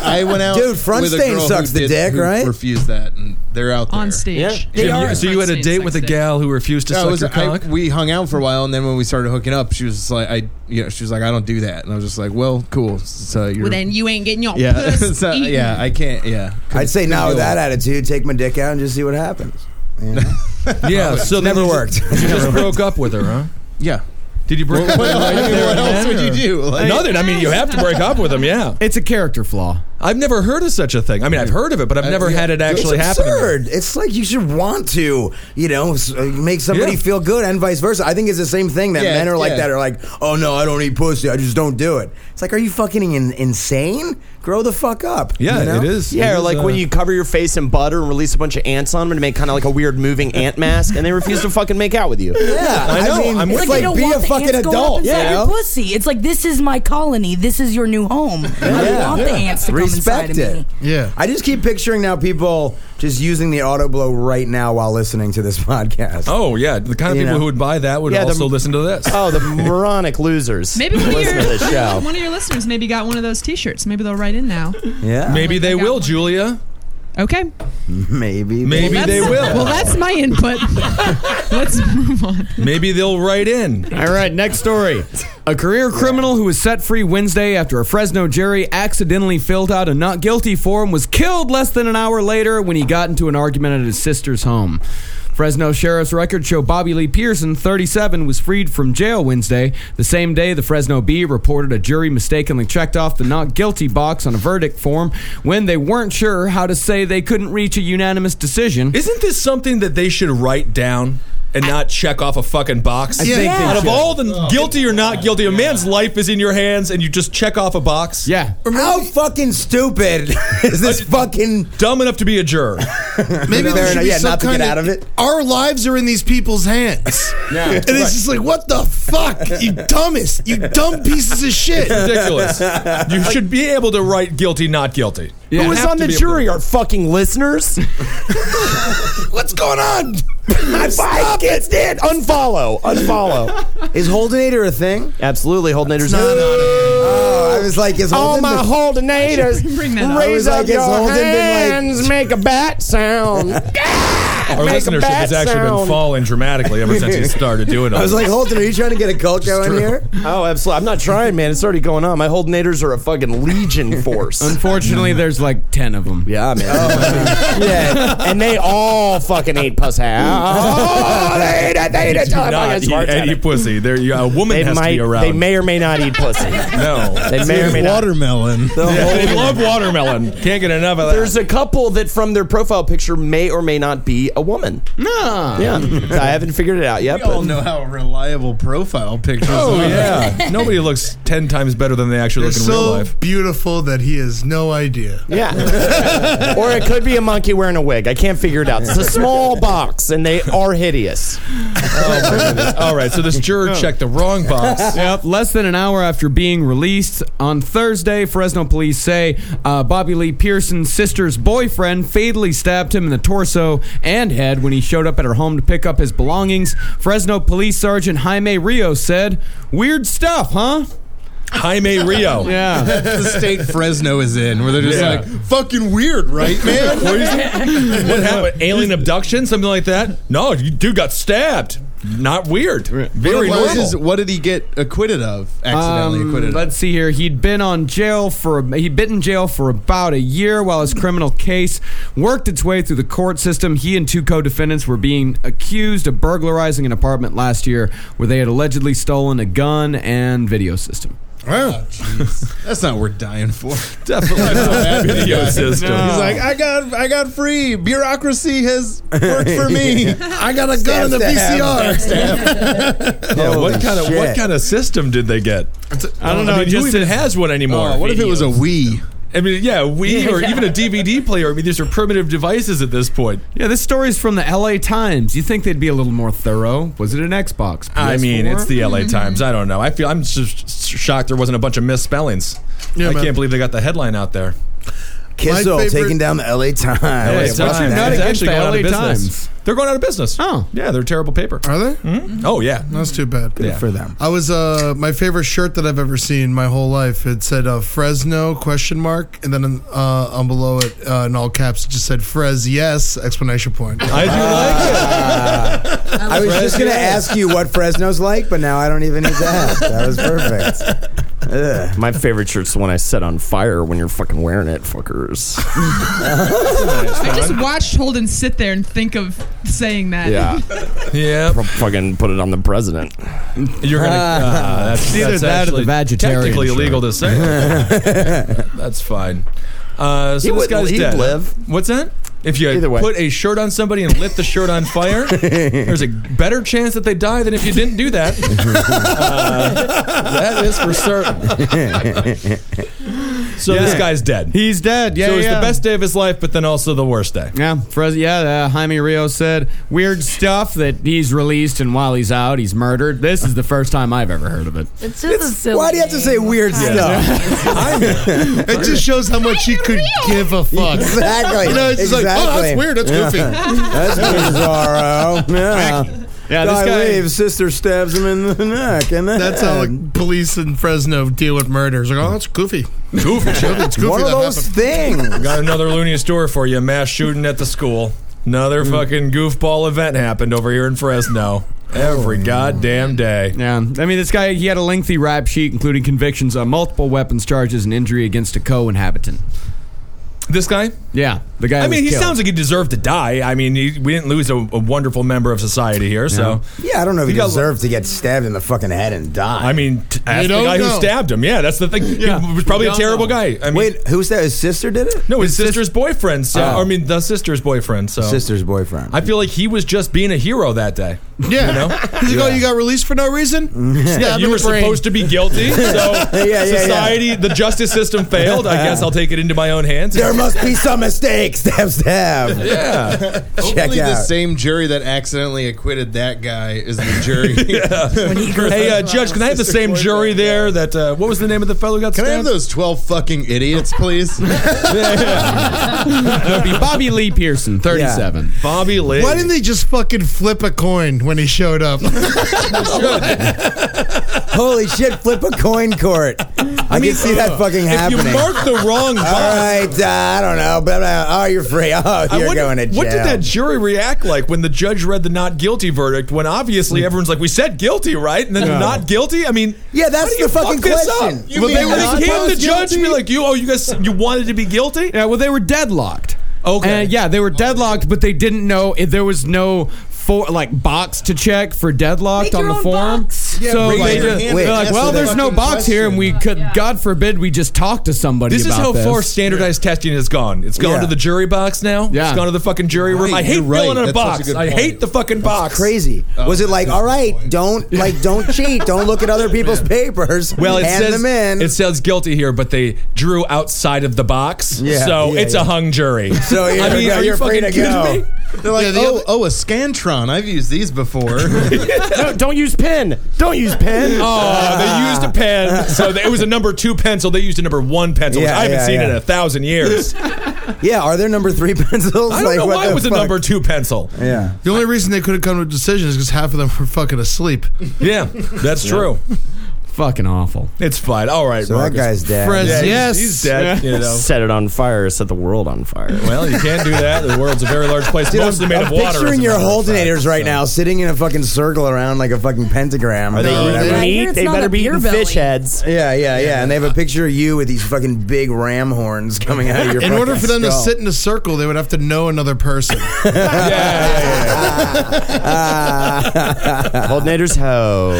A: I, I went out. with a girl who did- who Refused that, and they're out there
C: On stage. Yeah.
I: They Jim, are you- so you had a date with a gal who refused to
A: Yeah, I
I: suck
A: was-
I: your
A: I-
I: cock?
A: we hung out for a while, and then when we started hooking up, she was just like, "I, you know, she was like, I don't do that," and I was just like, "Well, cool." So you're,
C: Well, then you ain't getting your
A: yeah,
C: puss
A: so,
C: eaten.
A: yeah, I can't, yeah.
G: I'd say
A: Couldn't
G: now with
A: deal
G: that
A: with
G: attitude, take my dick out and just see what happens. You know?
I: Yeah, so then
G: never
I: you
G: worked.
I: just- You just broke up with her, huh?
A: Yeah.
I: Did you break
A: What-
I: up with
A: what-
I: her? Right
A: I mean,
I: there
A: what
I: and
A: else
I: then,
A: would you
I: or-
A: do? Like-
I: Nothing. I mean, you have to break up with him. Yeah,
H: it's a character flaw.
I: I've never heard of such a thing. I mean, I've heard of it, but I've
G: Uh,
I: never
G: yeah,
I: had it actually
G: it's
I: happen. to me.
G: absurd. It's like you should want to, you know, s- uh, make somebody
I: Yeah.
G: feel good and vice versa. I think it's the same thing that
A: Yeah,
G: men are like
A: yeah.
G: that are like, oh no, I don't eat pussy. I just don't do it. It's like, are you fucking in- insane? Grow the fuck up. you know?
L: Yeah, or like
H: uh,
L: when you cover your face in butter and release a bunch of ants on them to make kind of like a weird moving ant mask, and they refuse to fucking make out with you.
G: Yeah,
L: I know.
G: mean,
L: I'm
G: it's
L: with
G: like,
L: you.
K: don't
G: be
K: want
G: a
K: the
G: fucking
K: ants go up
G: adult,
K: and
G: you
K: suck your
G: know?
K: pussy. It's like this is my colony. This is your new home. I don't want the ants to come
G: Respect
K: inside of me.
G: it. Yeah. I just keep picturing now people just using the auto blow right now while listening to this podcast.
I: Oh yeah, the kind of
G: You
I: people
G: know.
I: who would buy that would
G: Yeah, the-
I: also listen to this.
L: Oh, the moronic losers.
C: Maybe one of, your,
L: Listen to this show.
C: one of your listeners maybe got one of those T-shirts. Maybe they'll write in now.
G: Yeah.
I: Maybe they will, Julia.
C: Okay.
G: Maybe.
I: Maybe
C: Well,
I: they
C: that's-
I: will.
C: Well, that's my input. Let's move on.
I: Maybe they'll write in.
H: All right, next story. A career criminal who was set free Wednesday after a Fresno jury accidentally filled out a not guilty form was killed less than an hour later when he got into an argument at his sister's home. Fresno Sheriff's records show Bobby Lee Pearson, 37, was freed from jail Wednesday, the same day the Fresno Bee reported a jury mistakenly checked off the not guilty box on a verdict form when they weren't sure how to say they couldn't reach a unanimous decision.
I: Isn't this something that they should write down and not check off a fucking box?
H: I think Yeah. they
I: Out of
H: should.
I: all the guilty or not guilty, a man's life is in your hands, and you just check off a box.
H: Yeah.
G: How fucking stupid is this fucking
I: dumb enough to be a juror?
J: Maybe
G: Fair
J: there should
G: enough.
J: be
G: Yeah,
J: some
G: not to get
J: kind
G: out of it.
J: Our lives are in these people's hands.
G: Yeah.
J: and it's
G: Right.
J: just like, what the fuck, you dumbest, you dumb pieces of shit.
I: It's ridiculous. You should be able to write guilty, not guilty.
L: Who was on the jury? Our fucking listeners.
J: What's going on?
L: My bike gets dead. Unfollow. Unfollow.
G: Is Holdenator a thing?
L: Absolutely, Holdenator's
G: not Oh, I was like, is
L: All
G: Holden
L: my
G: the-
L: Holdenators,
C: Bring that up.
G: I
L: raise
G: was
L: up
G: like, it's
L: your
G: Holden been like-
L: hands, make a bat sound.
I: Our
L: Make a
I: listenership
L: bad
I: has actually been
L: sound.
I: falling dramatically ever since he started doing it.
G: I was like, Holden, are you trying to get a cult going
L: true.
G: here?
L: Oh, absolutely. I'm not trying, man. It's already going on. My Holdenators are a fucking legion force.
H: Unfortunately, there's like 10 of them.
L: Yeah, man.
G: Oh,
L: yeah, and they all fucking ate puss Oh, they ate it. They ate
I: They
L: it.
I: do
L: till I
I: not
L: fucking
I: eat
L: swear to
I: any
L: it.
I: pussy. There, you- a woman
L: They
I: has to
L: might.
I: be around.
L: They may or may not eat pussy.
I: no.
L: They may or may not.
A: watermelon.
I: Yeah, they love watermelon. Can't get enough of that.
L: There's a couple that from their profile picture may or may not be a woman.
H: Nah.
L: Yeah, I haven't figured it out yet.
A: We all
L: But
A: know how reliable profile pictures
I: oh
A: are.
I: yeah, nobody looks ten times better than they actually look
J: They're
I: in real
J: so
I: life.
J: beautiful that he has no idea.
L: yeah, or it could be a monkey wearing a wig. I can't figure it out. It's a small box, and they are hideous.
I: All right, so this juror checked the wrong box.
H: Yep. Less than an hour after being released on Thursday, Fresno police say uh, Bobby Lee Pearson's sister's boyfriend fatally stabbed him in the torso and head when he showed up at her home to pick up his belongings. Fresno Police Sergeant Jaime Rio said, "Weird stuff, huh?"
I: Jaime Rio.
H: Yeah.
A: That's the state Fresno is in, where they're just
I: Yeah.
A: like fucking weird, right, man?
I: What, is it? What happened? Alien abduction? Something like that? No, you dude got stabbed. Not weird. Very
A: what,
I: normal.
A: is- what did he get acquitted of? Accidentally
H: Um,
A: acquitted. of?
H: Let's see here. He'd been on jail for he'd been in jail for about a year while his criminal case worked its way through the court system. He and two co-defendants were being accused of burglarizing an apartment last year where they had allegedly stolen a gun and video system.
A: Wow. Oh, That's not what we're dying for.
I: Definitely
A: I feel bad for the
I: Video
A: guy.
I: system. No.
A: He's like, I got, I got free. Bureaucracy has worked for me.
J: I got a gun in the VCR.
I: Yeah,
A: Holy
I: what kind of what
A: shit.
I: kind of system did they get? I don't know.
A: mean,
I: just
A: who
I: who
A: even
I: has one anymore?
A: Oh, what if it was a Wii?
I: I mean, yeah, Wii or even a DVD player. I mean, these are primitive devices at this point.
H: Yeah, this story's from the LA Times. You think they'd be a little more thorough? Was it an Xbox?
I: I mean,
H: PS4?
I: it's the LA Times. I don't know. I feel I'm just shocked there wasn't a bunch of misspellings.
J: Yeah,
I: I
J: man.
I: can't believe they got the headline out there.
G: Kissel taking down the LA Times.
I: LA Times.
G: Watch
I: It's
G: that.
I: actually going out of
G: LA
I: business.
G: Times.
I: They're going out of business. Oh, yeah, they're terrible paper.
J: Are they?
A: Hmm?
I: Mhm. Oh yeah,
J: That's too bad.
I: Good Yeah. for
G: them.
J: I was uh my favorite shirt that I've ever seen my whole life. It said uh, Fresno question mark, and then uh, on below it uh, in all caps it just said Fres yes explanation point.
I: I do
G: I was just gonna ask you what Fresno's like, but now I don't even need to ask. That was perfect.
L: My favorite shirt's the one I set on fire when you're fucking wearing it, fuckers.
C: I just watched Holden sit there and think of saying that.
L: yeah.
I: Yeah.
L: fucking put it on the president.
I: You're gonna. Ah, that's,
H: It's either
I: that's
H: that or the
I: actually
H: vegetarian
I: Technically
H: shirt.
I: illegal to say. that's fine. Uh, so
L: He
I: this
L: wouldn't-
I: guy's
L: he'd
I: dead.
L: live.
I: What's that? If you
L: Either way.
I: put a shirt on somebody and lit the shirt on fire, there's a better chance that they die than if you didn't do that. Uh, that is for certain. So this
H: Yeah.
I: guy's dead.
H: He's dead. Yeah,
I: so it's
H: yeah.
I: the best day of his life, but then also the worst day.
H: Yeah, Fres- yeah. Uh, Jaime Rio said weird stuff that he's released, and while he's out, he's murdered. This is the first time I've ever heard of it.
K: It's just a silly
G: Why do you have to
K: name.
G: say weird stuff?
J: It just shows how much he could give a fuck.
G: Exactly.
J: You know, it's just like, oh, that's weird. That's goofy.
G: That's bizarro. Yeah.
H: Yeah, this
G: Guy
H: guy-
G: leaves, sister stabs him in the neck, and then
J: That's how like police in Fresno deal with murders. Like, oh, that's goofy.
I: Goofy.
J: It's goofy
G: one of
J: that
G: those
J: happened.
G: things.
I: Got another loony story for you. Mass shooting at the school. Another
H: Mm.
I: fucking goofball event happened over here in Fresno. Every goddamn day.
H: Oh, Yeah, I mean, this guy he had a lengthy rap sheet, including convictions on multiple weapons charges and injury against a co-inhabitant.
I: This guy?
H: Yeah, the guy.
I: I mean,
H: was
I: he
H: killed.
I: sounds like he deserved to die. I mean, he, we didn't lose a, a wonderful member of society here, so.
G: Yeah, I don't know if
I: He
G: he,
I: got-
G: deserved to get stabbed in the fucking head and die.
I: I mean, t- ask
J: You
I: the
J: don't
I: guy who
J: know.
I: stabbed him. Yeah, that's the thing. He was probably
H: You
I: a
H: don't
I: terrible
H: know.
I: guy. I mean,
G: Wait, who's that? His sister did it?
I: no, his, sister's boyfriend. So,
G: Oh.
I: I mean, the sister's boyfriend. So,
J: Oh.
G: Sister's boyfriend.
I: I feel like he was just being a hero that day.
J: Yeah.
I: You know?
J: He's like, oh, you got released for no reason? Yeah,
I: you were supposed to be guilty. So
G: Mm-hmm. yeah, yeah.
I: society, the justice system failed. I guess I'll take it into my own hands.
G: there must be some mistake. Stab, stab.
I: Yeah.
G: Check
A: Hopefully, the
G: out.
A: same jury that accidentally acquitted that guy is the jury.
I: Hey, uh, Judge, can I have the same jury there that, uh, what was the name of the fellow who got
A: Can I have
I: stabbed?
A: those twelve fucking idiots, please?
H: That would be Bobby Lee Pearson, thirty-seven.
I: Bobby Lee.
J: Why didn't they just fucking flip a coin when he showed up?
G: Holy shit, flip a coin court. I, can see that fucking
I: if you
G: happening.
I: mark the wrong
G: All right, uh, I don't know. Blah, blah. Oh, you're free. Oh,
I: I
G: you're
I: wonder-
G: going to jail.
I: What did that jury react like when the judge read the not guilty verdict? When obviously everyone's like, "We said guilty, right?" And then not guilty. I mean,
G: Yeah, that's
I: how do you
G: the
I: fuck
G: fucking
I: this up?
G: question. You
I: Well, they,
G: mean
I: when
G: not
I: they came to
G: both
I: the judge and be like, "You, oh, you guys, you wanted to be guilty?"
H: Yeah, well, they were deadlocked.
I: Okay. Oh,
H: And yeah, they were deadlocked, but they didn't know if there was no for like box to check for deadlocked
K: Make
H: on
K: your
H: the
K: own
H: form.
K: box.
A: Yeah,
H: so
A: raise
H: they
A: your
H: just,
A: hand
G: and
H: they're like,
G: ask
H: well,
G: the
H: there's no
A: fucking
H: box here, and we
A: question.
H: could, God forbid, we just talk to somebody.
I: This is
H: about
I: how
H: this.
I: far standardized testing has gone. It's gone
G: Yeah.
I: to the jury box now.
H: Yeah.
I: It's gone to the fucking jury room. I
A: Right,
I: hate
A: you're right.
I: filling in a
A: That's such a
I: box.
A: good
I: I
A: point.
I: hate the fucking box. Oh,
G: Crazy. was it like, all right,
A: point.
G: don't like, don't cheat, don't look at other people's papers.
I: Oh, Well, it
G: hand
I: says
G: them in.
I: it says guilty here, but they drew outside of the box,
G: Yeah,
I: so
G: yeah,
I: it's
G: yeah.
I: a hung jury.
G: So, yeah,
I: I mean,
G: yeah,
I: are
G: you're
I: you
G: free
I: fucking
G: to
I: kidding
G: go.
I: me?
A: They're like,
J: Yeah, the
A: oh,
J: other-
A: oh, a scantron. I've used these before.
L: No, don't use pen. Don't use pen.
I: Oh, they used a pen. So they- it was a number two pencil. They used a number one pencil, which
G: Yeah,
I: I haven't
G: yeah,
I: seen in
G: yeah.
I: a thousand years. I
G: yeah, are there number three pencils?
I: don't
G: like,
I: know
G: what
I: why
G: the
I: it was
G: fuck?
I: a number two pencil.
G: Yeah.
J: the only reason they could have come to a decision is because half of them were fucking asleep.
I: Yeah, that's true.
H: Fucking awful.
I: It's fine. All right,
G: So
I: Marcus.
G: that guy's dead.
J: Fres-
I: Yeah, he's-
J: yes.
I: he's dead. You know.
L: Set it on fire. Set the world on fire.
I: Well, you can't do that. The world's a very large place,
G: Dude,
I: mostly
G: I'm,
I: made
G: I'm
I: of water. as
G: picturing
I: a
G: your
I: matter of fact,
G: Holdenators right
I: so.
G: now sitting in a fucking circle around like a fucking pentagram.
L: Are they
G: or
L: eating
G: whatever.
K: I hear
L: meat?
K: it's
L: They
K: not
L: better
K: a
L: be
K: beer
L: eating
K: belly.
L: fish heads.
G: Yeah, yeah, yeah. And they have a picture of you with these fucking big ram horns coming out of your
J: In order
G: fucking
J: for them to
G: skull.
J: sit in a circle, they would have to know another person.
I: Yeah, yeah, yeah.
G: Ah.
L: Holdenators ho.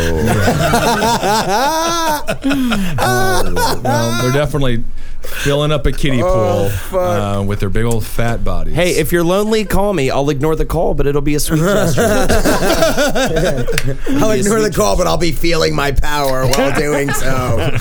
I: well, they're definitely filling up a
J: Oh,
I: kiddie pool uh, with their big old fat bodies.
L: Hey, if you're lonely, call me. I'll ignore the call, but it'll be a sweet gesture.
G: I'll ignore the call, but I'll be feeling my power while doing so.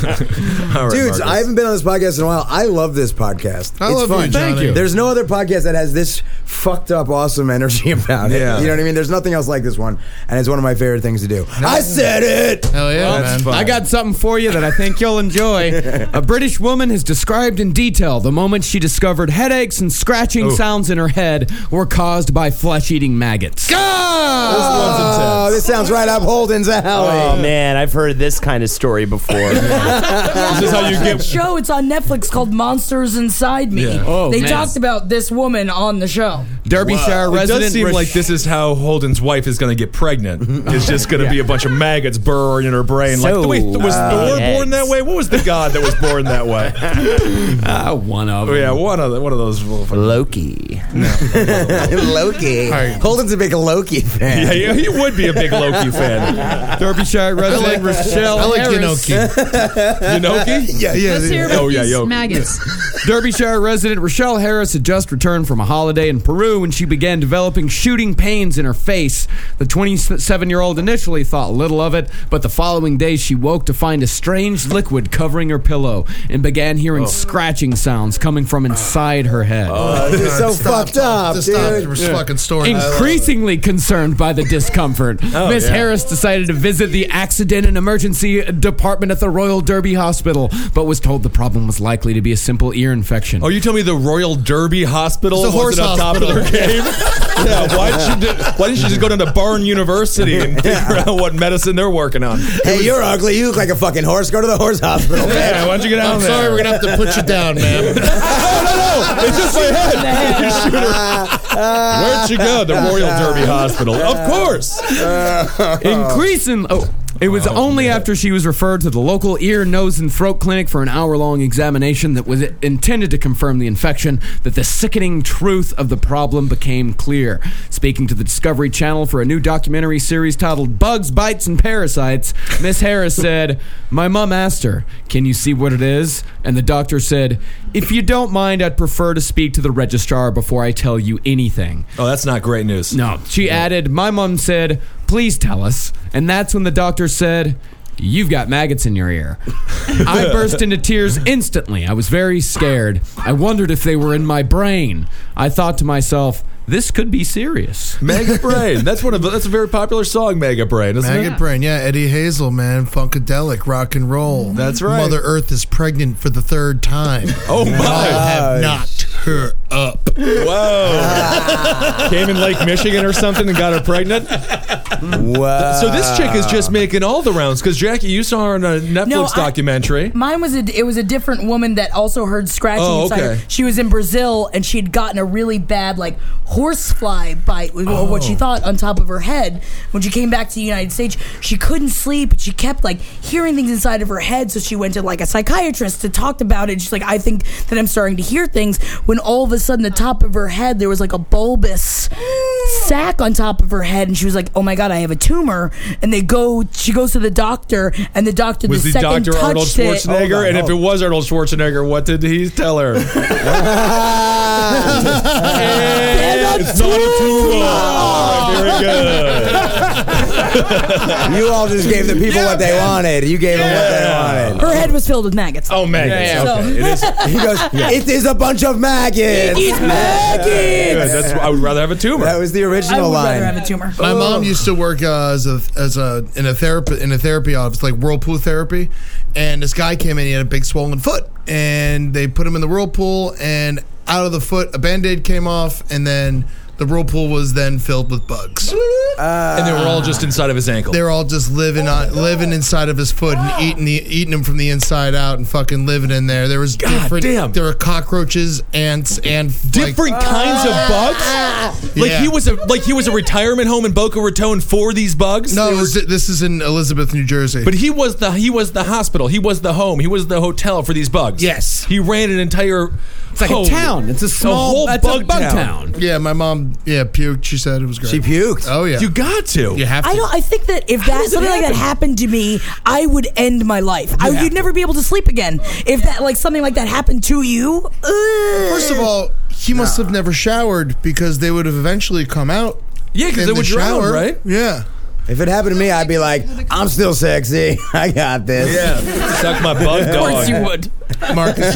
G: Dudes, I haven't been on this podcast in a while. I love this podcast.
J: I
G: it's
J: love you,
G: fun.
J: Thank Johnny. you.
G: There's no other podcast that has this fucked up, awesome energy about it.
J: Yeah.
G: You know what I mean? There's nothing else like this one, and it's one of my favorite things to do. I said it.
J: Hell yeah,
H: Well,
J: man.
H: I got something for you that I think you'll enjoy. a British woman has described in detail the moment she discovered headaches and scratching
I: Ooh.
H: sounds in her head were caused by flesh-eating maggots.
G: Oh, this sounds right up Holden's
L: oh
G: alley.
L: man, I've heard this kind of story before.
I: This is how you
K: That
I: get.
K: show it's on Netflix called Monsters Inside Me.
I: Yeah.
H: Oh,
K: they
H: man.
K: talked about this woman on the show.
H: Derbyshire
I: It
H: resident.
I: does seem
H: Rich-
I: like this is how Holden's wife is going to get pregnant. It's just going to be a bunch of maggots burrowing in her brain. like,
L: So,
I: wait, was
L: uh,
I: Thor born that
L: eggs.
I: way? What was the god that was born that way?
H: Ah, one of
I: Oh,
H: them.
I: yeah, one of the, one of those. little fucking-
L: Loki.
G: Loki.
J: right.
G: Holden's a big Loki fan.
I: Yeah, yeah, he would be a big Loki fan.
H: Derbyshire resident Rochelle
J: I like
H: Harris.
J: Inoki.
I: Inoki?
J: Yeah, yeah.
C: Let's hear
I: Oh,
C: about
I: yeah,
C: these
I: yo.
C: maggots.
H: Derbyshire resident Rochelle Harris had just returned from a holiday in Peru when she began developing shooting pains in her face. The 27 year old initially thought little of it, but the following day she woke to find a strange liquid covering her pillow and began
J: Oh.
H: hearing scratching sounds coming from inside her head.
G: This is so
J: Uh, Stop,
G: fucked
J: stop,
G: up,
J: just stop
G: dude.
J: your fucking story.
H: Increasingly concerned by the discomfort, Miss Harris decided to visit the accident and emergency department at the Royal Derby Hospital, but was told the problem was likely to be a simple ear infection.
I: Oh, you tell me the Royal Derby Hospital
J: It's a
I: wasn't up
J: horse
I: top of their game? yeah, why didn't, you do, why didn't you just go down to Barn University and figure out what medicine they're working on?
G: Hey, you're ugly. You look like a fucking horse. Go to the horse hospital, man.
I: Yeah, why don't you get down
J: I'm
I: there?
J: sorry, we're gonna have to put you down, man.
I: No, no, it's just my head. You shoot her. Where'd you go? The Royal Derby Hospital. Of course.
H: increasing. Oh, it was only after she was referred to the local ear, nose, and throat clinic for an hour long examination that was intended to confirm the infection that the sickening truth of the problem became clear. Speaking to the Discovery Channel for a new documentary series titled Bugs, Bites, and Parasites, Miss Harris said, My mom asked her, Can you see what it is? And the doctor said, If you don't mind, I'd prefer to speak to the registrar before I tell you anything.
I: Oh, that's not great news.
H: No. She added, My mom said, Please tell us. And that's when the doctor said, You've got maggots in your ear. I burst into tears instantly. I was very scared. I wondered if they were in my brain. I thought to myself, this could be serious.
I: Mega Brain. That's one of the, that's a very popular song, Mega Brain, isn't
J: Maggot
I: it?
J: Brain, yeah, Eddie Hazel, man, funkadelic, rock and roll.
I: That's right.
J: Mother Earth is pregnant for the third time.
I: Oh my!
J: Have knocked her up.
I: Whoa! Came in Lake Michigan or something and got her pregnant.
G: Wow.
I: So this chick is just making all the rounds because Jackie, you saw her in a Netflix
K: No, I-
I: documentary.
K: Mine was a, it was a different woman that also heard scratching
I: Oh,
K: inside her.
I: okay.
K: She was in Brazil and she had gotten a really bad like horsefly bite with or
I: Oh.
K: what she thought on top of her head. When she came back to the United States, she couldn't sleep. She kept like hearing things inside of her head, so she went to like a psychiatrist to talk about it. She's like, I think that I'm starting to hear things. When all of a sudden, the top of her head there was like a bulbous sack on top of her head, and she was like, Oh my god, I have a tumor. And they go, she goes to the doctor, and the doctor
I: Was
K: the
I: the
K: second
I: Dr. Arnold
K: touched it-
I: Schwarzenegger? and if it was Arnold Schwarzenegger, what did he tell her? Eh, it's not a tumor. All right, Very good.
G: you all just gave the people what they wanted. You gave them what they wanted.
K: Oh. Her head was filled with maggots.
I: Oh, man.
K: yeah, So- okay.
I: It is.
G: He goes, "It is a bunch of maggots."
K: Eat maggots!
I: Good. That's, I would rather have a tumor.
G: That was the
K: I
G: original
K: would
G: line.
K: rather have a tumor.
J: My
I: Oh.
J: mom used to work uh, as a as a in a therapy in a therapy office like whirlpool therapy, and this guy came in. He had a big swollen foot, and they put him in the whirlpool, and out of the foot a band aid came off, and then the whirlpool was then filled with bugs.
I: and they were all just inside of his ankle.
J: They're all just living on living inside of his foot and eating the eating him from the inside out and fucking living in there. There was different.
I: damn.
J: There were cockroaches, ants, and like,
I: different kinds of bugs. Like
J: Yeah.
I: he was a like he was a retirement home in Boca Raton for these bugs.
J: no,
I: They
J: it
I: were-
J: was, this is in Elizabeth, New Jersey.
I: but he was the he was the hospital. He was the home. He was the hotel for these bugs.
J: Yes.
I: he ran an entire.
H: It's like a town. It's a small
I: whole
H: it's a
I: bug
H: bug
I: town.
H: town.
J: Yeah, my mom Yeah, puked. She said it was great.
G: She puked?
J: Oh yeah.
I: You got to.
J: You have to.
K: I don't. I think that if that
J: does it
K: something like that
J: happen?
K: happened to me, I would end my life. I,
J: Yeah.
K: you'd never be able to sleep again if that like something like that happened to you. Ugh.
J: First of all, he must have never showered because they would have eventually come out.
I: Yeah,
G: 'cause they would drown, right?
J: Yeah.
G: If it happened to me, I'd be like, I'm still sexy. I got this.
I: Yeah. Suck my
G: butt
I: bug Of course dog. you
K: would.
J: Marcus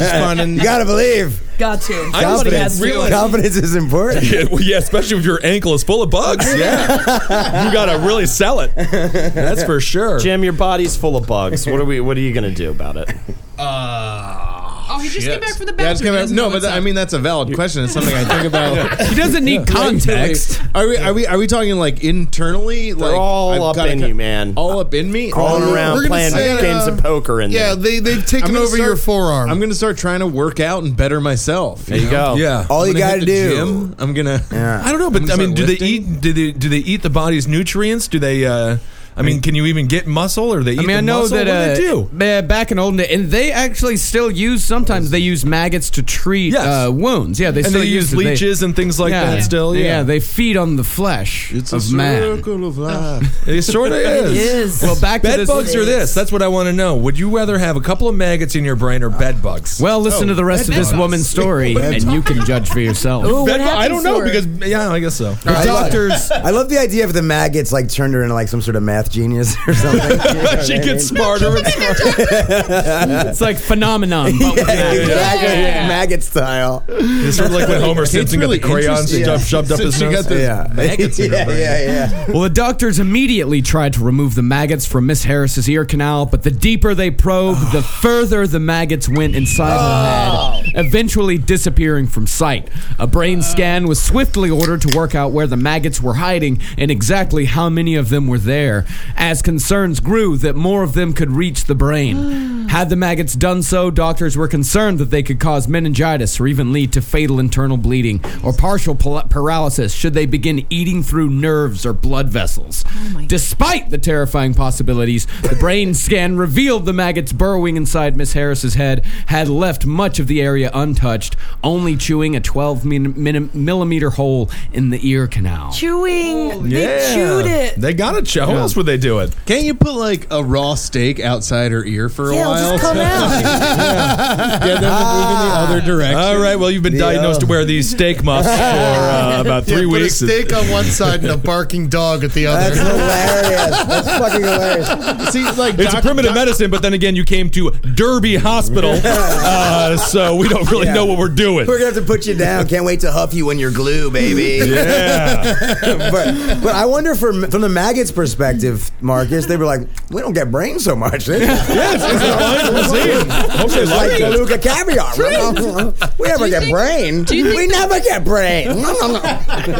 J: is fun and
G: You gotta believe.
K: Got to.
G: Confidence. Confidence is important.
I: Yeah, well, yeah, especially if your ankle is full of bugs. Yeah, you gotta really sell it. That's for sure.
L: Jim, your body's full of bugs. What are we? What are you gonna do about it?
I: Uh,
C: Oh, he just came back from the
A: Yeah, it's
C: bathroom.
A: kinda-
C: He doesn't know
A: no, but
C: what's
A: that- I mean that's a valid question. It's something I think about.
H: He doesn't need context.
A: Are we? Are we? Are we talking like internally?
L: They're
A: like
L: all
A: I've
L: up
A: gotta
L: in
A: cut-
L: you, man.
A: All up in me.
L: Crawling around playing games of
A: uh,
L: poker in there.
J: they they've
L: taken over your
J: forearm.
A: I'm gonna start trying to work out and better myself.
L: There you go.
I: Yeah.
G: All
A: I'm
G: you
A: gonna hit
G: gotta
A: the
G: do-
A: gym. I'm gonna.
I: I don't know, but I
A: I'm
I: mean, do they
A: lifting.
I: eat? Do they do they eat the body's nutrients? Do they? uh I mean, can you even get muscle? Or they? Eat
H: I mean,
I: the
H: I know
I: muscle?
H: that
I: What do they
H: uh,
I: do?
H: ba- back in olden days, and they actually still use. Sometimes they use maggots to treat uh, wounds. Yeah, they
I: And
H: still
I: they
H: use
I: use
H: it. They-
I: leeches and things like that still, yeah.
H: they feed on the flesh of man.
A: of life.
I: It sort of
H: It
I: is.
H: is. Well, back to
I: bed
H: this-
I: bugs
H: It
I: or
H: is.
I: this? That's what I want to know. Would you rather have a couple of maggots in your brain or bed bugs?
H: Well, listen to the rest of this woman's story, and you can judge for yourself.
I: Bed bug- I don't know because yeah, I guess so.
G: I love-
I: doctors.
G: I love the idea of the maggots like turned her into like some sort of math genius or something.
I: she gets smarter and smarter.
H: it's like phenomenon, but with
G: Yeah,
H: maggots.
G: exactly. Maggot style.
I: It's sort of like when Homer Simpson
A: really
I: got the crayons
A: interesting.
I: shoved, shoved up his
A: Since she
I: nose.
A: got the
G: Yeah.
A: maggots in her
G: yeah,
A: brain.
G: yeah, yeah.
H: Well, the doctors immediately tried to remove the maggots from Miss Harris's ear canal, but the deeper they probed, the further the maggots went inside her head, eventually disappearing from sight. A brain scan was swiftly ordered to work out where the maggots were hiding and exactly how many of them were there, as concerns grew that more of them could reach the brain. Had the maggots done so, doctors were concerned that they could cause meningitis or even lead to fatal internal bleeding or partial pal- paralysis should they begin eating through nerves or blood vessels. Despite the terrifying possibilities, the brain scan revealed the maggots burrowing inside Miss Harris's head had left much of the area untouched, only chewing a 12 min- min- millimeter hole in the ear canal.
K: chewing. They chewed it.
I: They got to chew. How else would they do it?
A: Can't you put like a raw steak outside her ear for a
K: Yeah, it'll
A: while?
K: just come out. Ah.
A: yeah, then we move in the other direction.
I: All right. Well, you've been diagnosed to wear these steak muffs for uh, about three
J: Yeah, put a
I: weeks.
J: steak on one side and a barking dog at the
G: That's
J: other.
G: hilarious. That's fucking hilarious.
A: See, like
I: It's a
A: doc-
I: primitive
A: doc-
I: medicine, but then again, you came to Derby Hospital, uh, so we don't really
G: Yeah.
I: know what we're doing.
G: We're gonna have to put you down. Can't wait to huff you when you're glue, baby.
I: Yeah.
G: but, but I wonder from from the maggots' perspective, Marcus, they were like, we don't get brains so much.
I: Hope they
G: It's like
I: like it.
G: Galuga caviar. we never get brain.
C: do you think
G: We never get brain.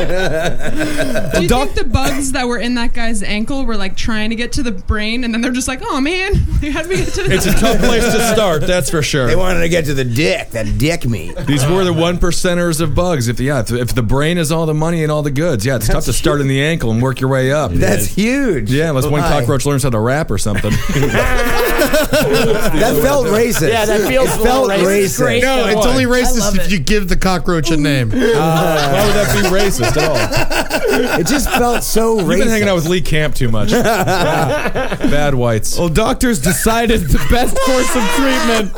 C: Do you think the bugs that were in that guy's ankle were like trying to get to the brain, and then they're just like, "Oh man, how do we get to the?"
I: It's a tough place to start, that's for sure.
G: they wanted to get to the dick, that dick meat.
I: These were the one percenters of bugs. If yeah, if, if the brain is all the money and all the goods, yeah, it's tough to start in the ankle and work your way up.
G: That's huge.
I: yeah, unless one
H: Oh,
G: Why?
I: cockroach learns how to rap or something.
G: That felt racist.
L: Yeah, that feels a
G: it
L: little
G: felt
L: racist.
G: racist.
L: Great.
J: no, it's
I: Why?
J: only
K: I
J: racist
K: love
J: if
K: it.
J: you give the cockroach a name.
I: Why would that be racist at all?
G: It just felt so
I: You've been
G: racist.
I: hanging out with Lee Camp too much. Bad whites.
H: Well, doctors decided the best course of treatment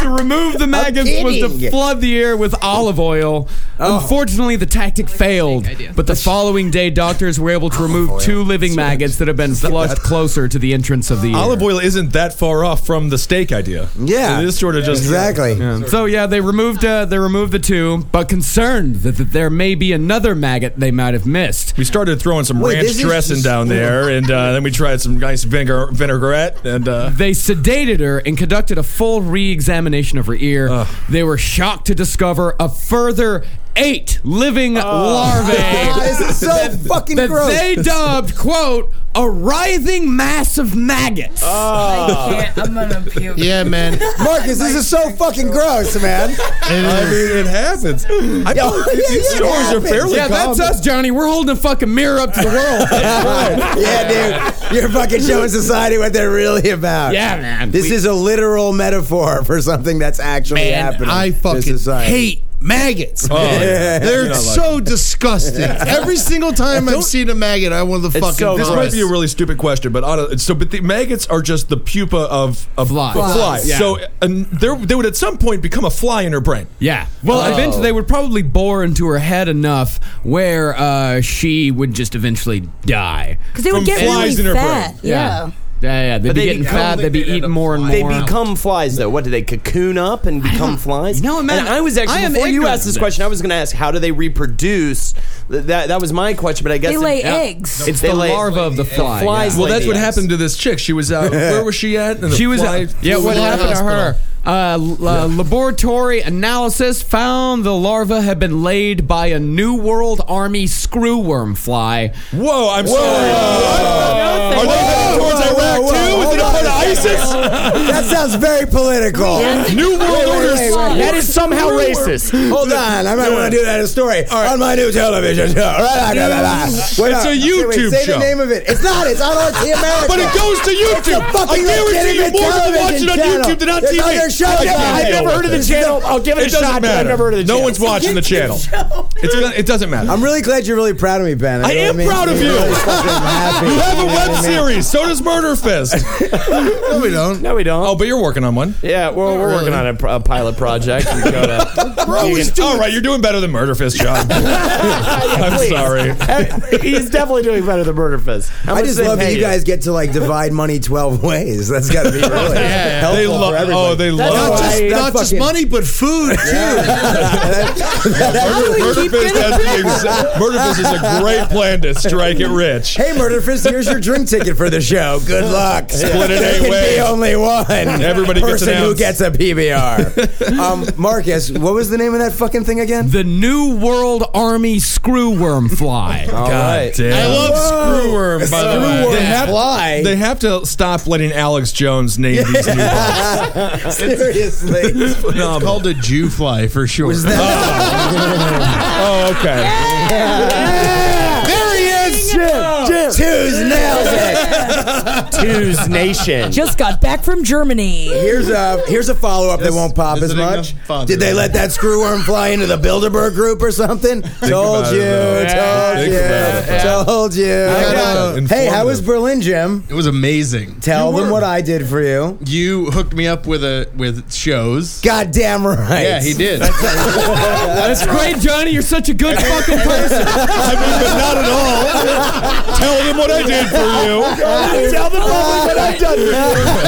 H: to remove the maggots was to
G: kidding.
H: flood the ear with olive oil.
G: Oh.
H: Unfortunately, the tactic failed, but the following day, doctors were able
G: Oh,
H: to remove two living maggots that had been flushed closer to the entrance of the ear.
I: Olive oil isn't that far off from the steak idea.
G: Yeah.
I: it is sort of just
G: Exactly.
H: So yeah, they removed uh, they removed the two, but concerned that, that there may be another maggot they might have missed.
I: We started throwing some
G: Wait,
I: ranch
G: this is
I: dressing
G: just-
I: down there, and uh, then we tried some nice vinegar- vinaigrette, and uh,
H: They sedated her and conducted a full re examination of her ear. They were shocked to discover a further eight living larvae
G: This Oh. is so fucking
H: that
G: gross.
H: they dubbed, quote, a writhing mass of maggots.
G: Oh.
K: I can't. I'm gonna puke.
J: Yeah, man.
G: Marcus, this is so fucking gross, man.
I: I mean, it happens. I
G: Yo,
I: feel like
G: yeah,
I: these
G: yeah,
I: stories
G: it
I: are fairly
H: yeah, that's
I: common.
H: us, Johnny. We're holding a fucking mirror up to the world.
G: yeah, dude. You're fucking showing society what they're really about.
H: yeah, man.
G: This
H: We-
G: is a literal metaphor for something that's actually
H: Man,
G: happening.
J: I
G: to
J: fucking
G: society.
J: hate maggots.
D: Oh, yeah. You're
J: They're
D: not
J: so
D: lucky.
J: disgusting. Every single time I've
I: Don't-
J: seen a maggot, I want to fucking.
I: this might be a really stupid question, but on a, so but the maggots are just the pupa of a fly.
J: Flies.
I: fly.
J: Yeah.
I: So and they're- they would at some point become a fly in her brain.
H: Yeah. Well,
I: Oh.
H: eventually they would probably bore into her head enough where uh, she would just eventually die.
K: 'Cause they would From get flies really in her brain. fat, yeah.
H: Yeah, yeah. They'd
L: But
H: be
L: they
H: getting
L: become-
H: fat. They'd be eating more and more.
L: They become flies, though. What do they cocoon up and become flies? No,
H: man,
L: And I was actually
H: I am
L: before you
H: ignorant
L: asked this
H: of this.
L: question. I was going to ask how do they reproduce? Th- That that was my question, but I guess
K: They
L: it-
K: lay
L: yeah.
K: eggs.
L: It's the larva of the fly. Flies.
I: Well,
L: lay
I: that's
L: the
I: what
L: eggs.
I: happened to this chick. She was out. Where was she at? And the
H: she was. uh,
I: fly
H: yeah.
I: flew
H: What
I: over the
H: happened to
I: hospital.
H: her? Uh, l- uh, laboratory analysis found the larva had been laid by a New World Army screwworm fly.
I: Whoa! I'm sorry. Are they headed towards Iraq too? Is it a part of ISIS?
G: That sounds very political.
I: New World Order.
G: That
L: is somehow racist.
G: Hold on, I might
D: Yeah.
G: want to do that as a story on my new television show. Right, blah, blah, blah.
D: It's
G: Wait,
D: a
G: no,
D: YouTube
G: say
D: show.
G: the name of it. It's not. It's on RT America.
D: But it goes to
G: It's a
D: YouTube. I
G: fucking
D: guarantee you
G: legitimate
D: more people watch
G: television
D: it on
G: channel.
D: YouTube than on
G: There's
D: TV.
G: other shows
D: I can't
G: out
D: I've
G: there.
D: never heard of the
G: This is
D: channel. I'll give it a
G: doesn't
D: shot, but I've never heard of the
I: No
D: channel.
I: one's
D: It's a
I: watching the
D: YouTube
I: channel. It's gonna, it doesn't matter.
G: I'm really glad you're really proud of me, Ben.
I: I
G: know
I: am
G: it makes
I: proud
G: me
I: of you.
G: really fucking happy.
I: You have a
G: know what
I: web
G: I mean?
I: series. So does Murder Fist.
J: no, we don't.
L: No, we don't.
I: Oh, but you're working on one.
L: Yeah, well, we're working on a, pro- a pilot project. We go to-
I: Bro,
L: You
I: he's
L: can-
I: doing- all right, you're doing better than Murder Fist, John. I'm
L: please. Eh,
I: sorry.
L: He's definitely doing better than Murder Fist. How
G: I
L: much
G: just
L: do they
G: love
L: pay
G: that you guys get to like divide money twelve ways. That's got to be really helpful
I: They love.
G: for everybody.
I: Oh, they
L: That's
I: love.
L: why-
J: Not just,
G: That
J: not just
G: fucking-
J: money, but food too.
I: Murder, Murder Fist has the exa- Murder Fist is a great plan to strike it rich.
G: Hey, Murder Fist, here's your drink ticket for the show. Good luck.
I: Split it
G: There
I: eight
G: can
I: ways.
G: be only one.
I: Everybody gets
G: person
I: an
G: who
I: ounce.
G: gets a PBR. um, Marcus, what was the name of that fucking thing again?
H: The New World Army screwworm fly.
G: All right.
I: Damn.
J: I love screwworm. By the way,
I: They
G: Screwworm
I: have-
G: fly.
I: They have to stop letting Alex Jones name these new ones.
G: Seriously.
A: It's called a Jew fly for sure.
G: Was that
I: Uh, Oh, okay. Oh.
G: there he is, Jim. Two's nails it.
L: Two's Nation?
K: Just got back from Germany.
G: Here's a here's a follow up that
A: This-
G: won't pop
A: this
G: as
A: is
G: much.
A: enough fun.
G: Did they let that screwworm fly into the Bilderberg group or something? told
I: about it,
G: you,
I: though.
H: Yeah,
G: told
I: think
G: you,
I: about it, though.
G: told you.
I: Yeah. Yeah.
G: Hey, how was
I: Informative.
G: Berlin, Jim?
A: It was amazing.
G: Tell
A: You
G: them
A: were-
G: what I did for you.
A: you hooked me up with a with shows.
G: Goddamn right.
A: yeah, he did.
H: That's great, Johnny. You're such a good fucking person.
I: I mean, but not at all. Tell them what I did for you.
G: Tell the public what I've done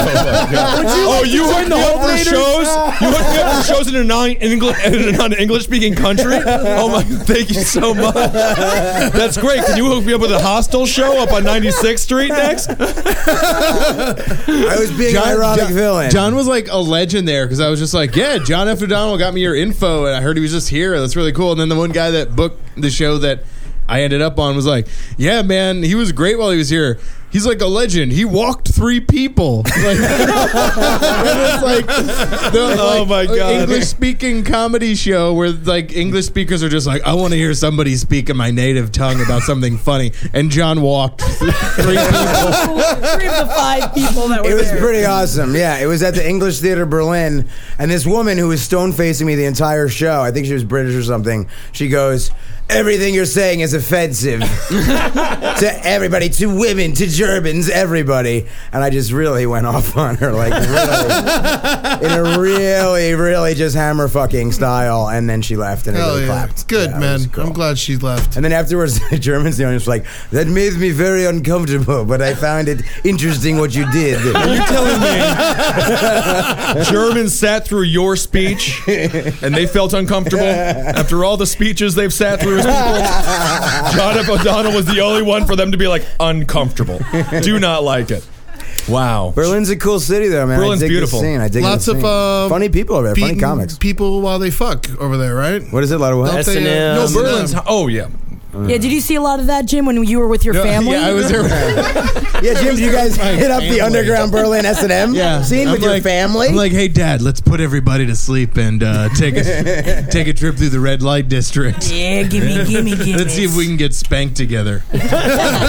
I: oh, you hooked me up for shows. You hooked me up for shows in a non-English in a non-English speaking country. Oh my! Thank you so much. That's great. Can you hook me up with a hostel show up on 96th Street next?
G: I was being an ironic villain.
A: John was like a legend there because I was just like, yeah, John F. O'Donnell got me your info, and I heard he was just here. That's really cool. And then the one guy that booked the show that I ended up on was like, yeah, man, he was great while he was here. He's like a legend. He walked three people. Like, it's like the,
I: Oh my God.
A: English speaking comedy show where like English speakers are just like, I want to hear somebody speak in my native tongue about something funny. And John walked three people.
K: Three of the five people that were
G: It was
K: there.
G: pretty awesome. Yeah, it was at the English Theater Berlin, and this woman who was stone facing me the entire show. I think she was British or something. She goes, "Everything you're saying is offensive to everybody, to women, to Germans, everybody." And I just really went off on her, like really, in a really, really just hammer fucking style. And then she left, and
J: Hell
G: everybody
J: yeah. It's
G: clapped.
J: good,
G: Yeah, it
J: man.
G: was cool.
J: I'm glad she left.
G: And then afterwards, the Germans, the audience was like, that made me very uncomfortable, but I found it interesting what you did.
I: Are you telling me Germans sat through your speech and they felt uncomfortable after all the speeches they've sat through as people? John F. O'Donnell was the only one for them to be like uncomfortable. Do not like it. Wow.
G: Berlin's a cool city, though, man.
I: Berlin's
G: I dig the
I: beautiful.
G: scene. I dig
J: Lots
G: the
J: of
G: scene.
A: um,
J: uh,
G: funny people over there, funny
J: beating
G: comics.
J: People while they fuck over there, right?
G: What is it, a lot of what?
J: Don't they, uh,
L: S&M.
J: no,
I: Berlin's.
J: Berlin's.
I: Um, Oh yeah.
K: Yeah, did you see a lot of that, Jim, when you were with your family?
A: Yeah, I was there.
G: yeah, Jim, you guys
A: My
G: hit up
A: family.
G: the underground Berlin S and M
A: Yeah,
G: scene
A: I'm
G: with your
A: like-
G: family.
A: I'm like, hey, Dad, let's put everybody to sleep and uh, take a take a trip through the red light district.
K: Yeah, gimme, gimme, gimme.
A: Let's see if we can get spanked together.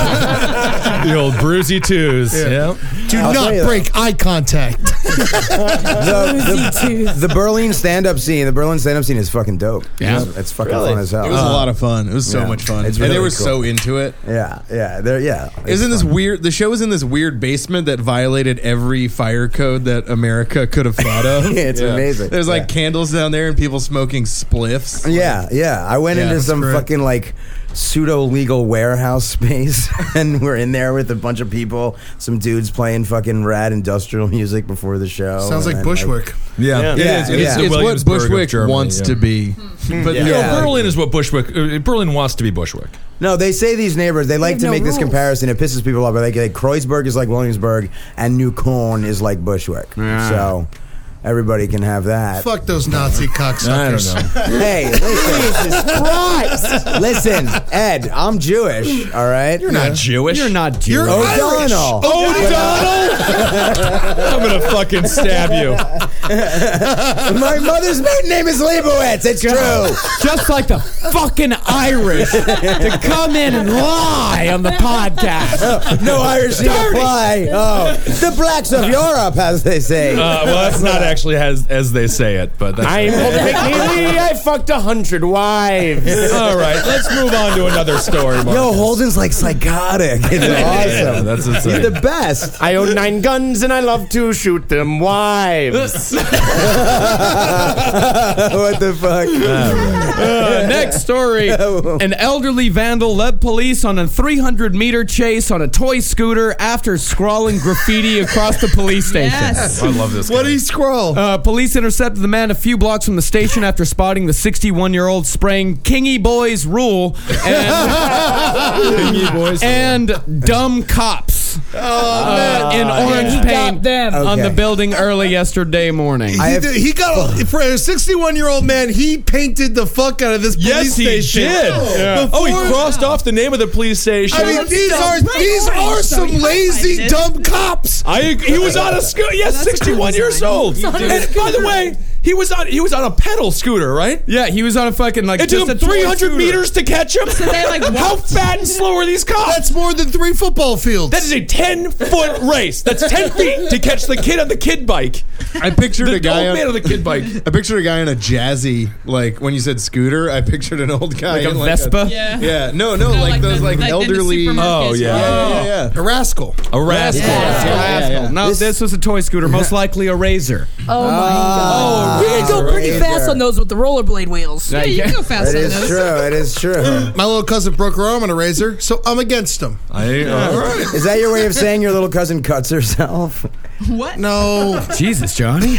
I: the old bruisy twos. Yeah.
J: Do
G: I'll tell you
J: not
G: that.
J: break eye contact.
G: the, the, the Berlin stand-up scene. The Berlin stand-up scene is fucking dope.
A: Yeah.
G: it's, it's fucking
A: Really?
G: fun as hell.
A: It was a lot of fun. Uh, It was so
G: Yeah.
A: much fun,
G: It's
A: and they
G: really
A: were
G: cool.
A: so into it.
G: Yeah, yeah, they're yeah. it's
A: Isn't this
G: fun.
A: weird? The show was in this weird basement that violated every fire code that America could have thought of.
G: Yeah, it's amazing.
A: There's like
G: Yeah.
A: candles down there and people smoking spliffs.
G: Yeah, yeah. I went
A: Yeah,
G: into
A: that's
G: some
A: correct.
G: fucking like pseudo legal warehouse space, and we're in there with a bunch of people. Some dudes playing fucking rad industrial music before the show. and
J: Sounds like
G: then,
J: Bushwick.
G: yeah,
A: It's, it's-
G: yeah.
A: it's what
I: Williamsburg of
A: Bushwick
I: Germany,
A: wants
I: yeah.
A: to be. But
I: You know,
G: Yeah.
I: Berlin is what Bushwick. uh, Berlin wants to be Bushwick.
G: No, they say these neighbors. They like
K: have
G: to
K: no
G: make this
K: rules.
G: comparison. It pisses people off. But like, like Kreuzberg is like Williamsburg, and New Corn is like Bushwick. So everybody can have that.
J: Fuck those Nazi cocksuckers.
G: Hey, listen. Jesus Christ! Listen, Ed, I'm Jewish. All right, you're
J: not
I: Jewish.
H: You're not Jewish.
J: You're Irish.
G: O'Donnell.
I: I'm gonna fucking stab you.
G: My mother's maiden name is Leibowitz. It's true.
H: Just like the fucking Irish to come in and lie on the podcast.
G: No Irish need apply. Oh, the blacks of Europe, as they say.
I: Uh, well, that's not actually as as they say it, but that's
L: I'm Walter McNeely. I fucked a hundred wives.
I: all right. Let's move on to another story. Mark.
G: Yo, Holden's like psychotic. It's
I: Yeah,
G: awesome.
I: that's
G: You're
I: insane.
G: the best.
L: I own nine guns and I love to shoot them wives.
G: what the fuck?
H: Uh, next story. An elderly vandal led police on a 300 meter chase on a toy scooter after scrawling graffiti across the police station.
C: Yes.
I: I love this.
J: What
I: guy.
J: do you scroll?
H: Uh, police intercepted the man a few blocks from the station after spotting the 61 year old spraying Kingy Boys Rule and,
I: Kingy Boys Rule.
H: and Dumb Cops uh, in orange
K: He got
H: paint
K: them.
H: on the
G: Okay.
H: building early yesterday morning.
G: I
J: he,
G: have-
J: did- he got a, for a 61 year old man. He painted the fuck out of this police
I: Yes, he
J: station.
I: did.
J: Before-
I: Oh, he crossed off the name of the police station.
J: I mean, these are these are some lazy dumb cops.
I: I he was on a scooter. Yes, sixty-one years old.
K: He's on a
I: And by the
K: scooter.
I: way, he was on he was on a pedal scooter, right?
H: yeah, he was on a fucking like
I: It took
H: just
I: him
H: a toy
I: three hundred
H: scooter.
I: meters to catch him.
C: they, like,
I: How fat and slow are these cops?
J: That's more than three football fields.
I: that is a ten-foot race. That's ten feet to catch the kid on the kid bike.
A: I pictured
I: The
A: a guy.
I: old man on
A: On,
I: the kid bike.
A: I pictured a guy on a jazzy like when you said scooter. I pictured an old guy
H: like a
A: in,
H: Vespa.
C: Yeah.
A: yeah, no, no, like, those like, elderly.
I: Oh, yeah.
A: yeah, yeah,
J: a rascal.
I: A rascal.
A: yeah. yeah, yeah.
H: No, this, was a toy scooter, most likely a razor.
K: Oh my god. You can go pretty
G: Razor.
K: fast on those with the rollerblade wheels.
C: Yeah, you can go fast
G: It
C: on
G: is
C: those.
G: true. It is true.
J: My little cousin broke her arm on a razor, so I'm against him.
I: all right.
G: Is that your way of saying your little cousin cuts herself?
C: What?
J: No,
H: Jesus, Johnny.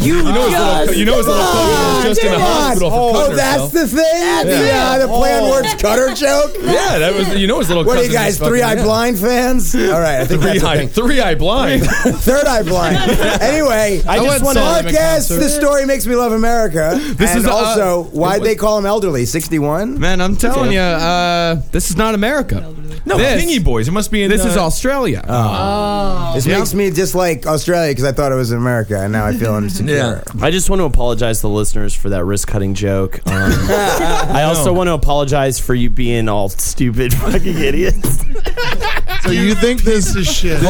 K: You,
I: little-
K: just
I: you know his little cousin was just in a
G: Come on.
I: hospital for
G: Oh,
I: cutting
G: that's Oh.
I: herself.
G: the thing. Yeah, the play on words cutter joke.
I: Yeah, that was you know his little.
G: What are you
I: cousin
G: guys,
I: was fucking-
G: three eye
I: yeah.
G: blind fans? All right, I think
I: Three
G: that's the
I: eye,
G: thing.
I: three eye blind.
G: Third eye blind. anyway,
L: I just
J: went
L: want
J: solo.
L: to.
G: podcast. The story makes me love America. This
H: is,
G: is
H: uh,
G: also why
H: it was-
G: they call him elderly. Sixty-one.
H: Man, I'm telling you, uh, this is not America.
I: No,
H: This-
I: Kingy Boys. It must be in.
H: This
I: uh,
H: is Australia.
G: This
H: Yeah.
G: makes me dislike Australia because I thought it was America, and now I feel insecure.
L: I just want to apologize to the listeners for that wrist cutting joke. Um, I also want to apologize for you being all stupid fucking idiots.
A: So you think this
J: this is shit.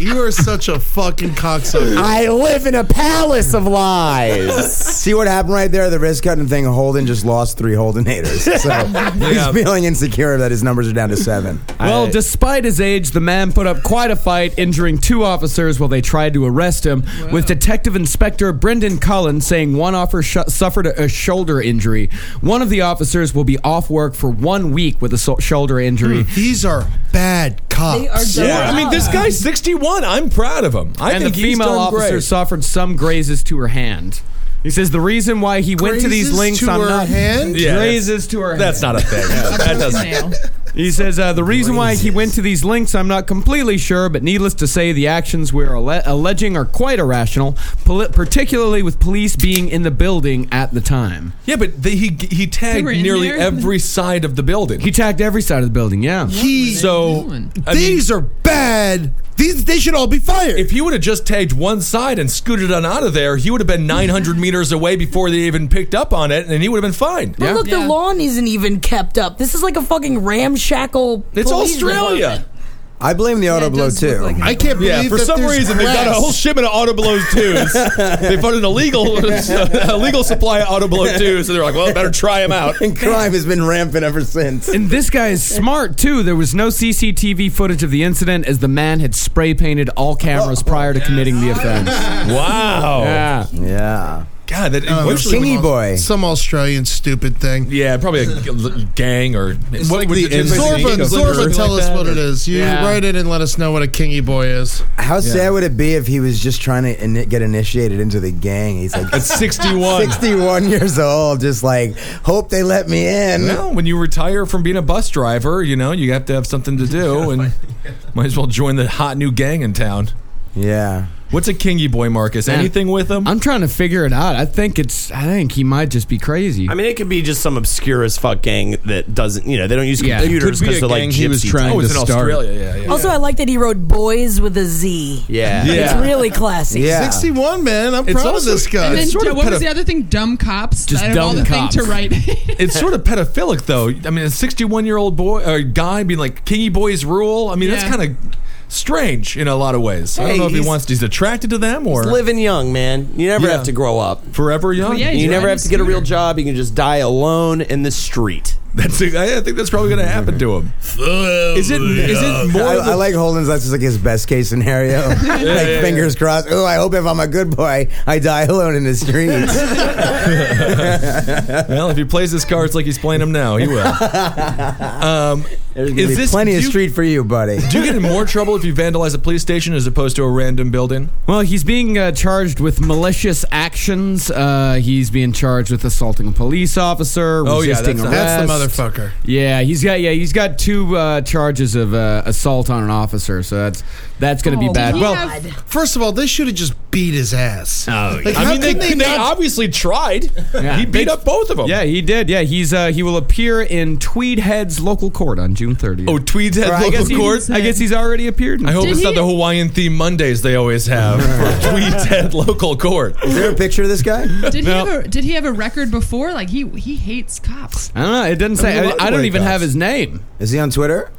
J: you are such a fucking cocksucker.
L: I live in a palace of lies.
G: See what happened right there? The wrist cutting thing. Holden just lost three Holden haters, so he's feeling insecure that his numbers are down to seven.
H: Well,
L: I-
H: despite his age, the man put up quite a fight, injuring two officers while they tried to arrest him. With Detective Inspector Brendan Cullen saying one officer sh- suffered a, a shoulder injury. One of the officers will be off work for one week with a so- shoulder injury.
J: These are bad cops.
K: They are dumb.
I: I mean, this guy's 61. I'm proud of him. I
H: and the
I: think he's
H: female
I: done
H: officer
I: great.
H: suffered some grazes to her hand. He says the reason why he went to these
J: Grazes
H: links
J: to
H: on
J: her
H: not
J: hand?
I: Yeah,
H: grazes to her
I: That's
H: hand.
I: not a thing. that doesn't.
C: Now.
H: He says uh, the reason why he went to these links, I'm not completely sure, but needless to say, the actions we're alle- alleging are quite irrational, poli- particularly with police being in the building at the time.
I: Yeah, but they, he he
H: They
I: tagged
H: were in
I: nearly
H: there?
I: every side of the building.
H: He tagged every side of the building. Yeah.
I: He so these are bad. These they should all be fired. If he would have just tagged one side and scooted on out of there, he would have been 900 meters away before they even picked up on it, and he would have been fine.
K: But Oh, look, the lawn isn't even kept up. This is like a fucking ramshackle.
I: It's
K: police
I: Australia.
G: I blame the auto blow too.
I: I can't
G: believe
I: yeah, for
G: that
I: some
G: there's
I: reason they've got a
G: grass.
I: whole shipment of auto blows twos. they found an illegal illegal supply of auto blow twos, and they're like, well, better try them out.
G: and crime has been rampant ever since.
H: And this guy is smart too. There was no CCTV footage of the incident as the man had spray painted all
I: Oh,
H: cameras prior to committing the offense.
I: Wow.
H: Yeah.
G: Yeah.
I: God, that
J: Um, some Aus- Some Australian stupid thing.
I: Yeah, probably a g- gang or
J: It's like the Zorba, Zorba, tell us what it is. You write it and let us know what a kingy boy is.
G: How sad would it be if he was just trying to ini get initiated into the gang? He's like
I: At 61.
G: 61 years old, just like hope they let me in.
I: No, when you retire from being a bus driver, you know you have to have something to do, and might as well join the hot new gang in town.
G: Yeah.
I: What's a kingy boy, Marcus?
H: Man,
I: Anything with him?
H: I'm trying to figure it out. I think it's. I think he might just be crazy.
L: I mean, it could be just some obscure as fuck gang that doesn't, you know, they don't use
H: Yeah, it could
L: computers
H: be
L: because
H: a
L: they're like
H: gang
L: gypsy.
H: he was trying
L: oh, it's
H: to
L: in
H: start.
L: Australia. Yeah, yeah.
K: Also, I like that he wrote boys with a Z.
L: Yeah.
K: It's
L: Yeah.
K: really classy.
L: Yeah.
J: 61, man. I'm
I: It's
J: proud
I: also-
J: of this guy.
C: And then
I: sort
C: Joe,
I: of
C: what
I: pedo-
C: was the other thing? Dumb cops.
I: Just
C: Out of all
I: dumb
C: the thing to
I: cops.
C: write.
I: it's sort of pedophilic, though. I mean, a 61 year old boy or guy being like kingy boys rule. I mean, that's
C: Yeah.
I: kind of strange in a lot of ways. I don't
L: Hey,
I: know if he
L: he's-
I: wants. He's attracted to them, or
L: He's living young, man. You never
I: Yeah.
L: have to grow up.
I: Forever young.
L: you never have to get a real job. You can just die alone in the street.
I: That's. I think that's probably going to happen to him. Is it? Is it more?
G: I,
I: of the-
G: I like Holden's. That's just like his best case scenario. like
I: yeah,
G: fingers crossed. Oh, I hope if I'm a good boy, I die alone in the streets.
I: well, if he plays his cards like he's playing them now, he will. Um,
G: There's gonna be plenty
I: do
G: of
I: you-
G: street for you, buddy.
I: Do you get in more trouble if you vandalize a police station as opposed to a random building?
H: Well, he's being uh, charged with malicious actions. Uh, he's being charged with assaulting a police officer,
I: Oh, yeah,
H: resisting
I: that's-
H: arrest.
I: that's the
J: motherfucker.
H: Yeah, he's got yeah he's got two uh, charges of uh, assault on an officer. So that's that's going to
K: Oh
C: Oh,
H: be bad. Well,
J: first of all, they should have just beat his ass.
H: Oh,
J: Like,
I: I
J: how
I: mean, they,
J: can
I: they,
J: they not-
I: obviously tried.
H: Yeah.
I: He beat
H: They-
I: up both of them.
H: yeah, he did. Yeah, he's uh, he will appear in Tweed Head's local court on June 30th.
I: Oh, Tweed's Head
H: Or I
I: local
H: guess he-
I: court?
H: I guess he's already appeared. In
I: I hope
H: it.
I: it's not the Hawaiian theme Mondays they always have for Tweed's Head local court.
G: Is there a picture of this guy?
C: Did
I: No.
C: he have a Did he have a record before? Like he he hates cops.
H: I don't know. It doesn't say. I,
I: mean, a lot of
H: I don't
I: white
H: even
I: cops.
H: have his name.
G: Is he on Twitter?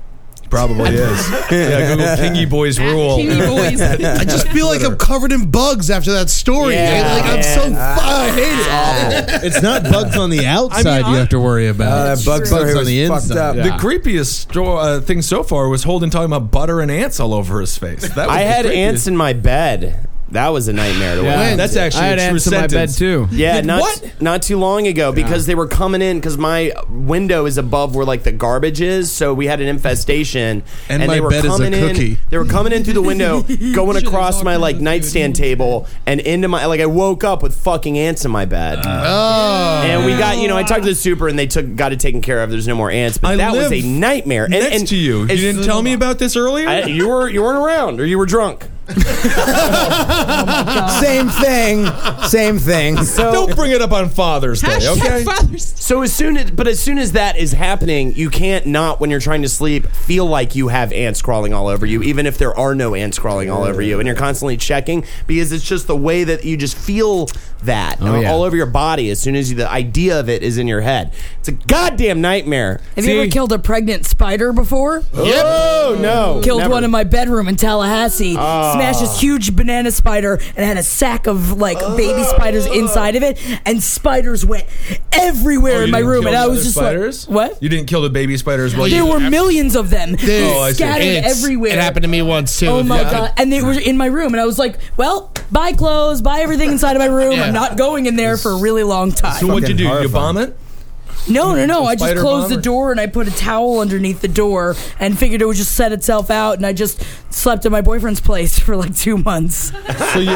I: Probably is. yeah, Google Kingy Boys rule.
J: I just feel like I'm covered in bugs after that story.
L: Yeah,
J: like I'm so.
L: man.
J: Fu- I hate it.
A: It's not bugs on the outside
I: I mean,
A: you have to worry about.
G: Uh,
A: It's
G: bug
A: bugs
G: story
A: on the
G: was fucked
A: inside.
G: up.
A: Yeah.
I: The creepiest sto- uh, thing so far was Holden talking about butter and ants all over his face. That was
L: I
I: the
L: had
I: creepiest.
L: ants in my bed. That was a nightmare to wake
H: Yeah.
L: up
I: That's
L: to.
I: actually
H: I had
I: a true
H: ants in my bed
I: sentence.
H: too.
L: Yeah,
I: Did
L: not,
I: what?
L: not too long ago because they were coming in because my window is above where like the garbage is, so we had an infestation.
A: And my
L: they were
A: bed is a
L: coming in.
A: cookie.
L: They were coming in through the window, going across my like nightstand table and into my like I woke up with fucking ants in my bed.
I: Uh,
J: Oh.
L: and we got you know I talked to the super and they took got it taken care of. There's no more ants, but
I: I
L: that was
I: live
L: a nightmare. And,
I: Next
L: and
I: to you, you
L: it's-
I: didn't tell me about this earlier.
L: I- you were you weren't around or you were drunk.
G: Same thing. Same thing.
L: So
I: Don't bring it up on Father's Day,
C: Hashtag
I: okay?
C: fathers.
L: So as soon as, but as soon as that is happening, you can't not when you're trying to sleep feel like you have ants crawling all over you, even if there are no ants crawling all over you, and you're constantly checking because it's just the way that you just feel that
H: Oh,
L: uh,
H: yeah.
L: all over your body as soon as you, the idea of it is in your head. It's a goddamn nightmare.
K: Have you ever
H: See?
K: killed a pregnant spider before?
L: Oh no!
K: Killed
L: never.
K: one in my bedroom in Tallahassee.
I: Ah.
K: Smashed this huge banana spider and had a sack of like
I: Ah.
K: baby spiders inside of it, and spiders went everywhere
I: Oh,
K: in
I: you
K: my
I: didn't
K: room.
I: kill
K: And
I: the
K: I was
I: other
K: just
I: spiders?
K: like, "What?
I: You didn't kill the baby spiders. Well,
K: there
I: you
K: were millions of them
I: Oh, I see.
K: scattered
J: Ants.
K: everywhere."
J: It happened to me once too.
K: Oh my
J: Yeah.
K: god! And they were in my room, and I was like, "Well, buy clothes, buy everything inside of my room.
J: Yeah.
K: I'm not going in there for a really long time."
I: So what'd you
G: Fucking
I: do? You
G: horrifying.
I: bomb it?
K: No, no, no.
O: A
K: I just
O: spider
K: closed
O: bomb
K: the
O: or-
K: door and I put a towel underneath the door and figured it would just set itself out. And I just slept at my boyfriend's place for like two months.
I: So you,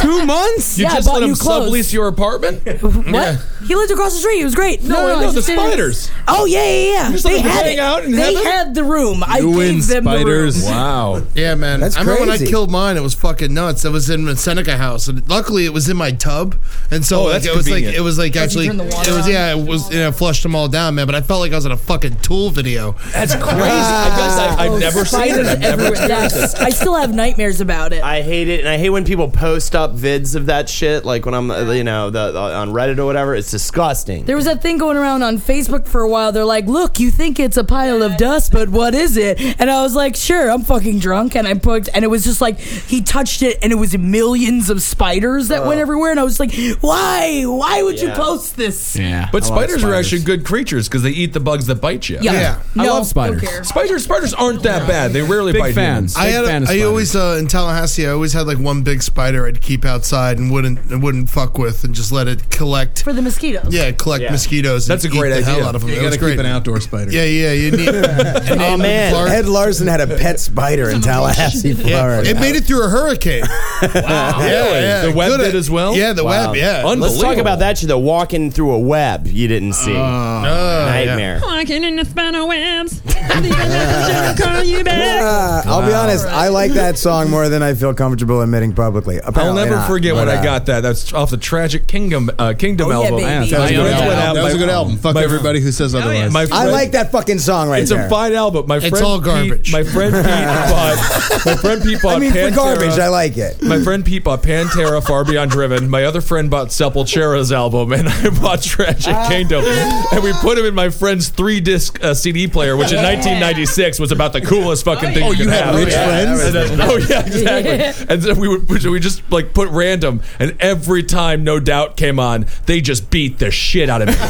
I: two months? You
K: Yeah, I
I: just
K: bought
I: let him
K: new clothes.
I: sublease your apartment?
K: what? He lived across the street. It was great. No,
I: No, no,
K: I
I: no,
K: just
I: the
K: didn't-
I: spiders.
K: Oh yeah, yeah, yeah.
I: You just let
K: they
I: them
K: had
I: hang
K: it.
I: out and
K: they
I: have them?
K: had the room. I gave them the room.
I: Wow.
J: Yeah, man.
K: That's
J: I remember when I
K: crazy.
J: killed mine, it was fucking nuts. It was in the Seneca house, and luckily it was in my tub, and so
I: Oh,
J: like,
I: that's
J: it was
I: convenient.
J: like it was like
I: Did you
J: actually
I: turn the water
J: it was
I: on?
J: yeah it was and I flushed them all down, man. But I felt like I was in a fucking Tool video.
I: That's crazy. I guess I- I've never seen it. I've never experienced
K: Oh, Yes. I still have nightmares about it.
L: I hate it, and I hate when people post up vids of that shit. Like when I'm, uh, you know, the, the on Reddit or whatever. It's disgusting.
K: There was that thing going around on Facebook for a while. They're like, "Look, you think it's a pile of dust, but what is it?" And I was like, "Sure, I'm fucking drunk." And I booked, and it was just like he touched it, and it was millions of spiders that went everywhere. And I was like, "Why? Why would you
I: Yeah.
K: post this?"
I: Yeah. But
K: I love
I: spiders, are
K: spiders.
I: actually good creatures because they eat the bugs that bite you.
K: Yeah. Yeah.
I: I
K: No,
I: love spiders.
K: don't care.
I: Spiders spiders aren't that bad. They rarely bite humans.
J: I had. A, I always uh, in Tallahassee. I always had like one big spider I'd keep outside and wouldn't and wouldn't fuck with, and just let it collect.
K: For the mosquitoes.
J: Yeah, collect mosquitoes.
A: That's a
J: and
A: great
J: eat the
A: idea.
J: Hell out of them.
A: You
J: It was
A: gotta keep
J: great.
A: an outdoor spider.
J: Yeah, yeah, you need.
G: Oh man, Ed Larson had a pet spider in Tallahassee, Florida.
J: It made it through a hurricane.
L: wow.
J: Really? yeah. The web Good did at- as
I: Oh.
J: well? yeah, the web, yeah.
L: Let's talk
J: Unbelievable.
L: about that shit. though. Walking through a web you didn't see.
J: Oh,
L: Nightmare.
C: Walking in the spider webs. Leaving messages, call you back.
G: Uh, I'll be
L: Wow.
G: honest. I like that song more than I feel comfortable admitting publicly.
I: I'll
G: Apparently
I: never
G: not,
I: forget
G: but,
I: when
G: uh,
I: I got that. That's off the Tragic Kingdom uh, Kingdom
G: Oh, yeah,
I: album.
G: baby. That was a
I: My
G: good
I: friends
G: album.
I: went out-
G: That was a
I: my-
G: good album.
A: Fuck
I: my-
A: everybody who says otherwise.
I: My
G: I
I: friend-
G: like that fucking song right
I: it's
G: there.
I: a fine album. My
G: It's
I: friend
G: all garbage.
I: Pete, my friend Pete bought. My friend Pete bought.
G: I mean, for
I: Pantera.
G: garbage, I like it.
I: My friend Pete bought Pantera, Far Beyond Driven. My other friend bought Sepultura's album, and I bought Tragic
G: Ah.
I: Kingdom. And we put him in my friend's three disc uh, CD player, which in 1996 was about the coolest fucking thing.
A: Oh,
I: you could
A: you had
I: have.
A: rich
I: Yeah.
A: friends?
I: And then- oh yeah, exactly. And so we would so we just like put random, and every time No Doubt came on, they just beat the shit out of me. so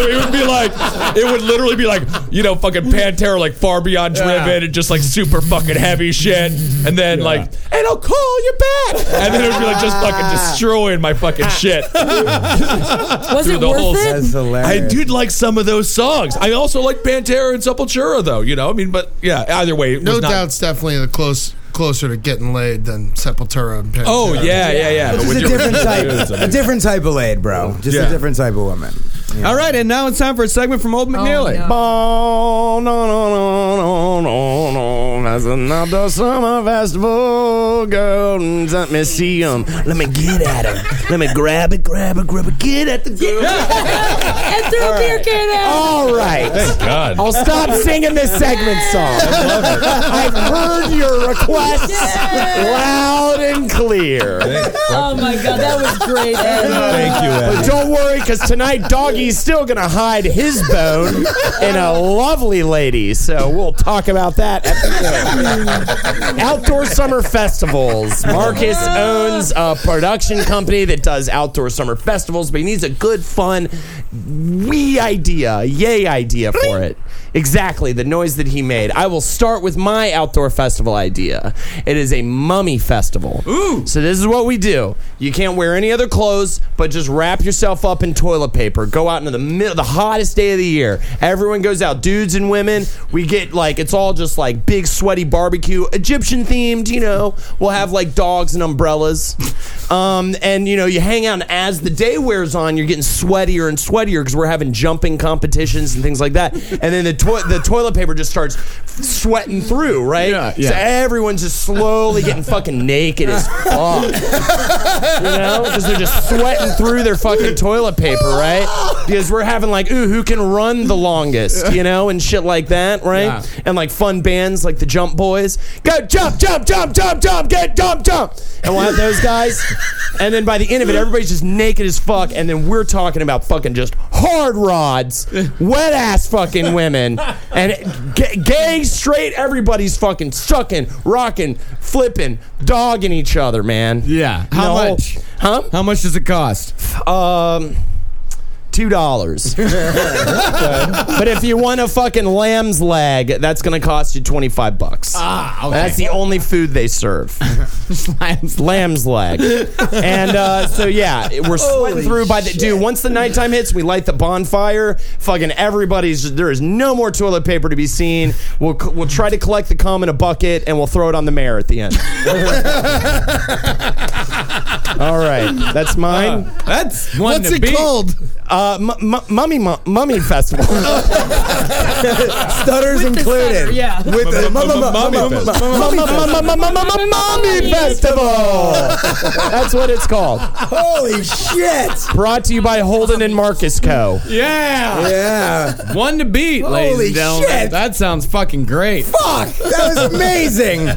I: it would be like it would literally be like you know fucking Pantera like far beyond driven and just like super fucking heavy shit and then like and I'll call you back and then it would be like just fucking destroying my fucking shit
K: Was
I: Through
K: it
I: the
K: worth
I: whole-
K: it?
I: I did like some of those songs I also like Pantera and Sepultura though you know I mean but yeah either way it
J: No
I: was not-
J: doubt's definitely the close closer to getting laid than Sepultura. And Pantera.
I: Oh, yeah, yeah, yeah.
G: It's
I: But
G: just
I: with
G: a
I: your-
G: different type,
I: It's
G: a different type of lad, bro. Just
I: Yeah.
G: a different type of woman.
H: All right, and now it's time for a segment from Old
K: Oh,
H: McNeely.
L: Oh, no, no, no, no, no, no. That's another summer festival, girl. Let me see 'em. Let me get at 'em. Let me grab it, grab it, grab it. Get at the girl.
K: and threw a beer can at
L: All right.
I: Thank God.
L: I'll stop singing this segment song. I've heard your requests loud and clear.
K: Oh my god, that was great.
I: Thank you,
L: But don't worry, because tonight Doggy's still going to hide his bone in a lovely lady. So we'll talk about that. After the outdoor summer festivals. Marcus owns a production company that does outdoor summer festivals, but he needs a good, fun, wee idea, yay idea for it. Exactly the noise that he made. I will start with my outdoor festival idea. It is a mummy festival. Ooh. So this is what we do. You can't wear any other clothes, but just wrap yourself up in toilet paper. Go out into the middle, the hottest day of the year. Everyone goes out, dudes and women. We get like it's all just like big sweaty barbecue, Egyptian themed. You know, we'll have like dogs and umbrellas, um, and you know you hang out. And as the day wears on, you're getting sweatier and sweatier because we're having jumping competitions and things like that. And then the toi- the toilet paper just starts sweating through, right?
I: yeah.
L: So everyone's just slowly getting fucking naked as fuck you know, because they're just sweating through their fucking toilet paper, right? Because we're having like, ooh, who can run the longest, you know, and shit like that, right?
I: Yeah.
L: And like fun bands like the Jump Boys, go jump, jump, jump, jump, jump, get jump, jump, and we'll have those guys. And then by the end of it, everybody's just naked as fuck, and then we're talking about fucking just hard rods, wet ass fucking women, and ga- gay, straight, everybody's fucking sucking, rocking, flipping, dogging each other, man.
H: Yeah. How
L: No.
H: much?
L: Huh?
H: How much does it cost?
L: Um, two dollars. but if you want a fucking lamb's leg, that's gonna cost you twenty five bucks.
D: Ah, okay.
L: That's the only food they serve. lamb's, leg. and uh, so yeah, it- we're sweating
D: Holy
L: through by the dude. Once the nighttime hits, we light the bonfire. Fucking everybody's there is no more toilet paper to be seen. We'll c- we'll try to collect the cum in a bucket and we'll throw it on the mayor at the end. All right, that's mine. Uh, that's
D: one What's to it beat. called?
L: Uh, m- m- mummy mu- mummy festival. Stutters included.
D: yeah.
L: With
D: the
L: the
D: mu- mu- mu-
L: mummy
D: mu- mu- mu-
L: festival. Mummy festival. That's what it's called. Holy shit! Brought to you by Holden and Marcus Co.
H: Yeah.
L: Yeah.
H: One to beat, ladies
L: Holy
H: and gentlemen.
L: shit.
H: That sounds fucking great.
G: Fuck! That was amazing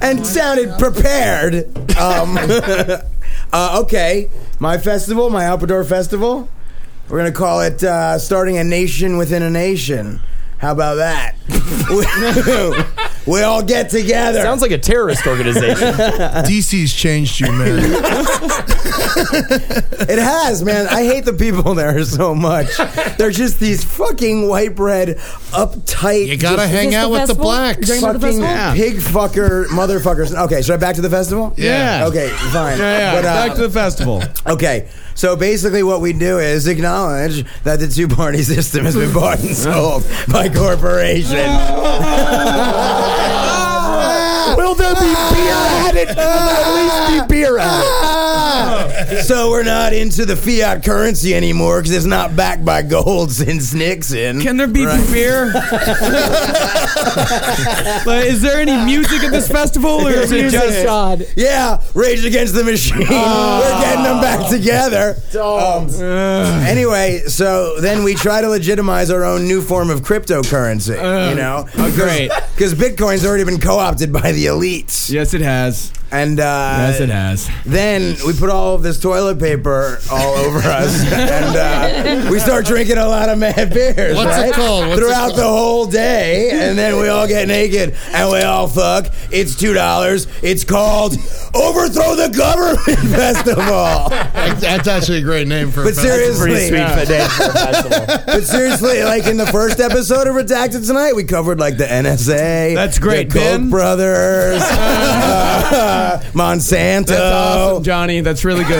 G: and sounded prepared. Um, uh, okay, my festival, my Alpador festival. We're gonna call it uh, "Starting a Nation Within a Nation." How about that? we, we all get together.
L: Sounds like a terrorist organization.
J: DC's changed you, man.
G: It has, man. I hate the people there so much. They're just these fucking white bread, uptight.
J: You gotta
G: just-
J: hang Is this out the with the festival? blacks. You're talking about the
G: Fucking
J: festival? Yeah.
G: pig fucker motherfuckers. Okay, should I back to the festival?
J: Yeah. Yeah.
G: Okay, fine. uh,
J: Yeah, yeah, back to the
H: festival.
G: Okay, so basically what we do is acknowledge that the two party system has been bought and sold by corporations.
D: Will there be beer
G: Ah.
D: at it? Will there at least be beer at it?
G: so we're not into the fiat currency anymore because it's not backed by gold since Nixon.
H: Can there be beer? Like, is there any music at this festival, or is it
G: Music.
H: just
G: Yeah, Rage Against the Machine.
H: Ah.
G: We're getting them back together. Um, anyway, so then we try to legitimize our own new form of cryptocurrency.
H: Ugh.
G: you know,
H: Oh, great.
G: because Bitcoin's already been co-opted by the elites.
H: Yes, it has.
G: And uh,
H: Yes, it has.
G: Then we put all of this toilet paper all over us, and uh, we start drinking a lot of mad beers.
D: What's it
G: right?
D: called? What's it
G: Throughout the
D: called?
G: whole day, and then we all get naked and we all fuck. It's two dollars. It's called Overthrow the Government Festival.
J: That- That's actually a great name for. a
G: But
J: festival.
G: seriously, but seriously, like in the first episode of Redacted tonight, we covered like the NSA. That's
H: great,
G: the Koch brothers, uh, Monsanto.
H: That's awesome, Johnny. That's really good.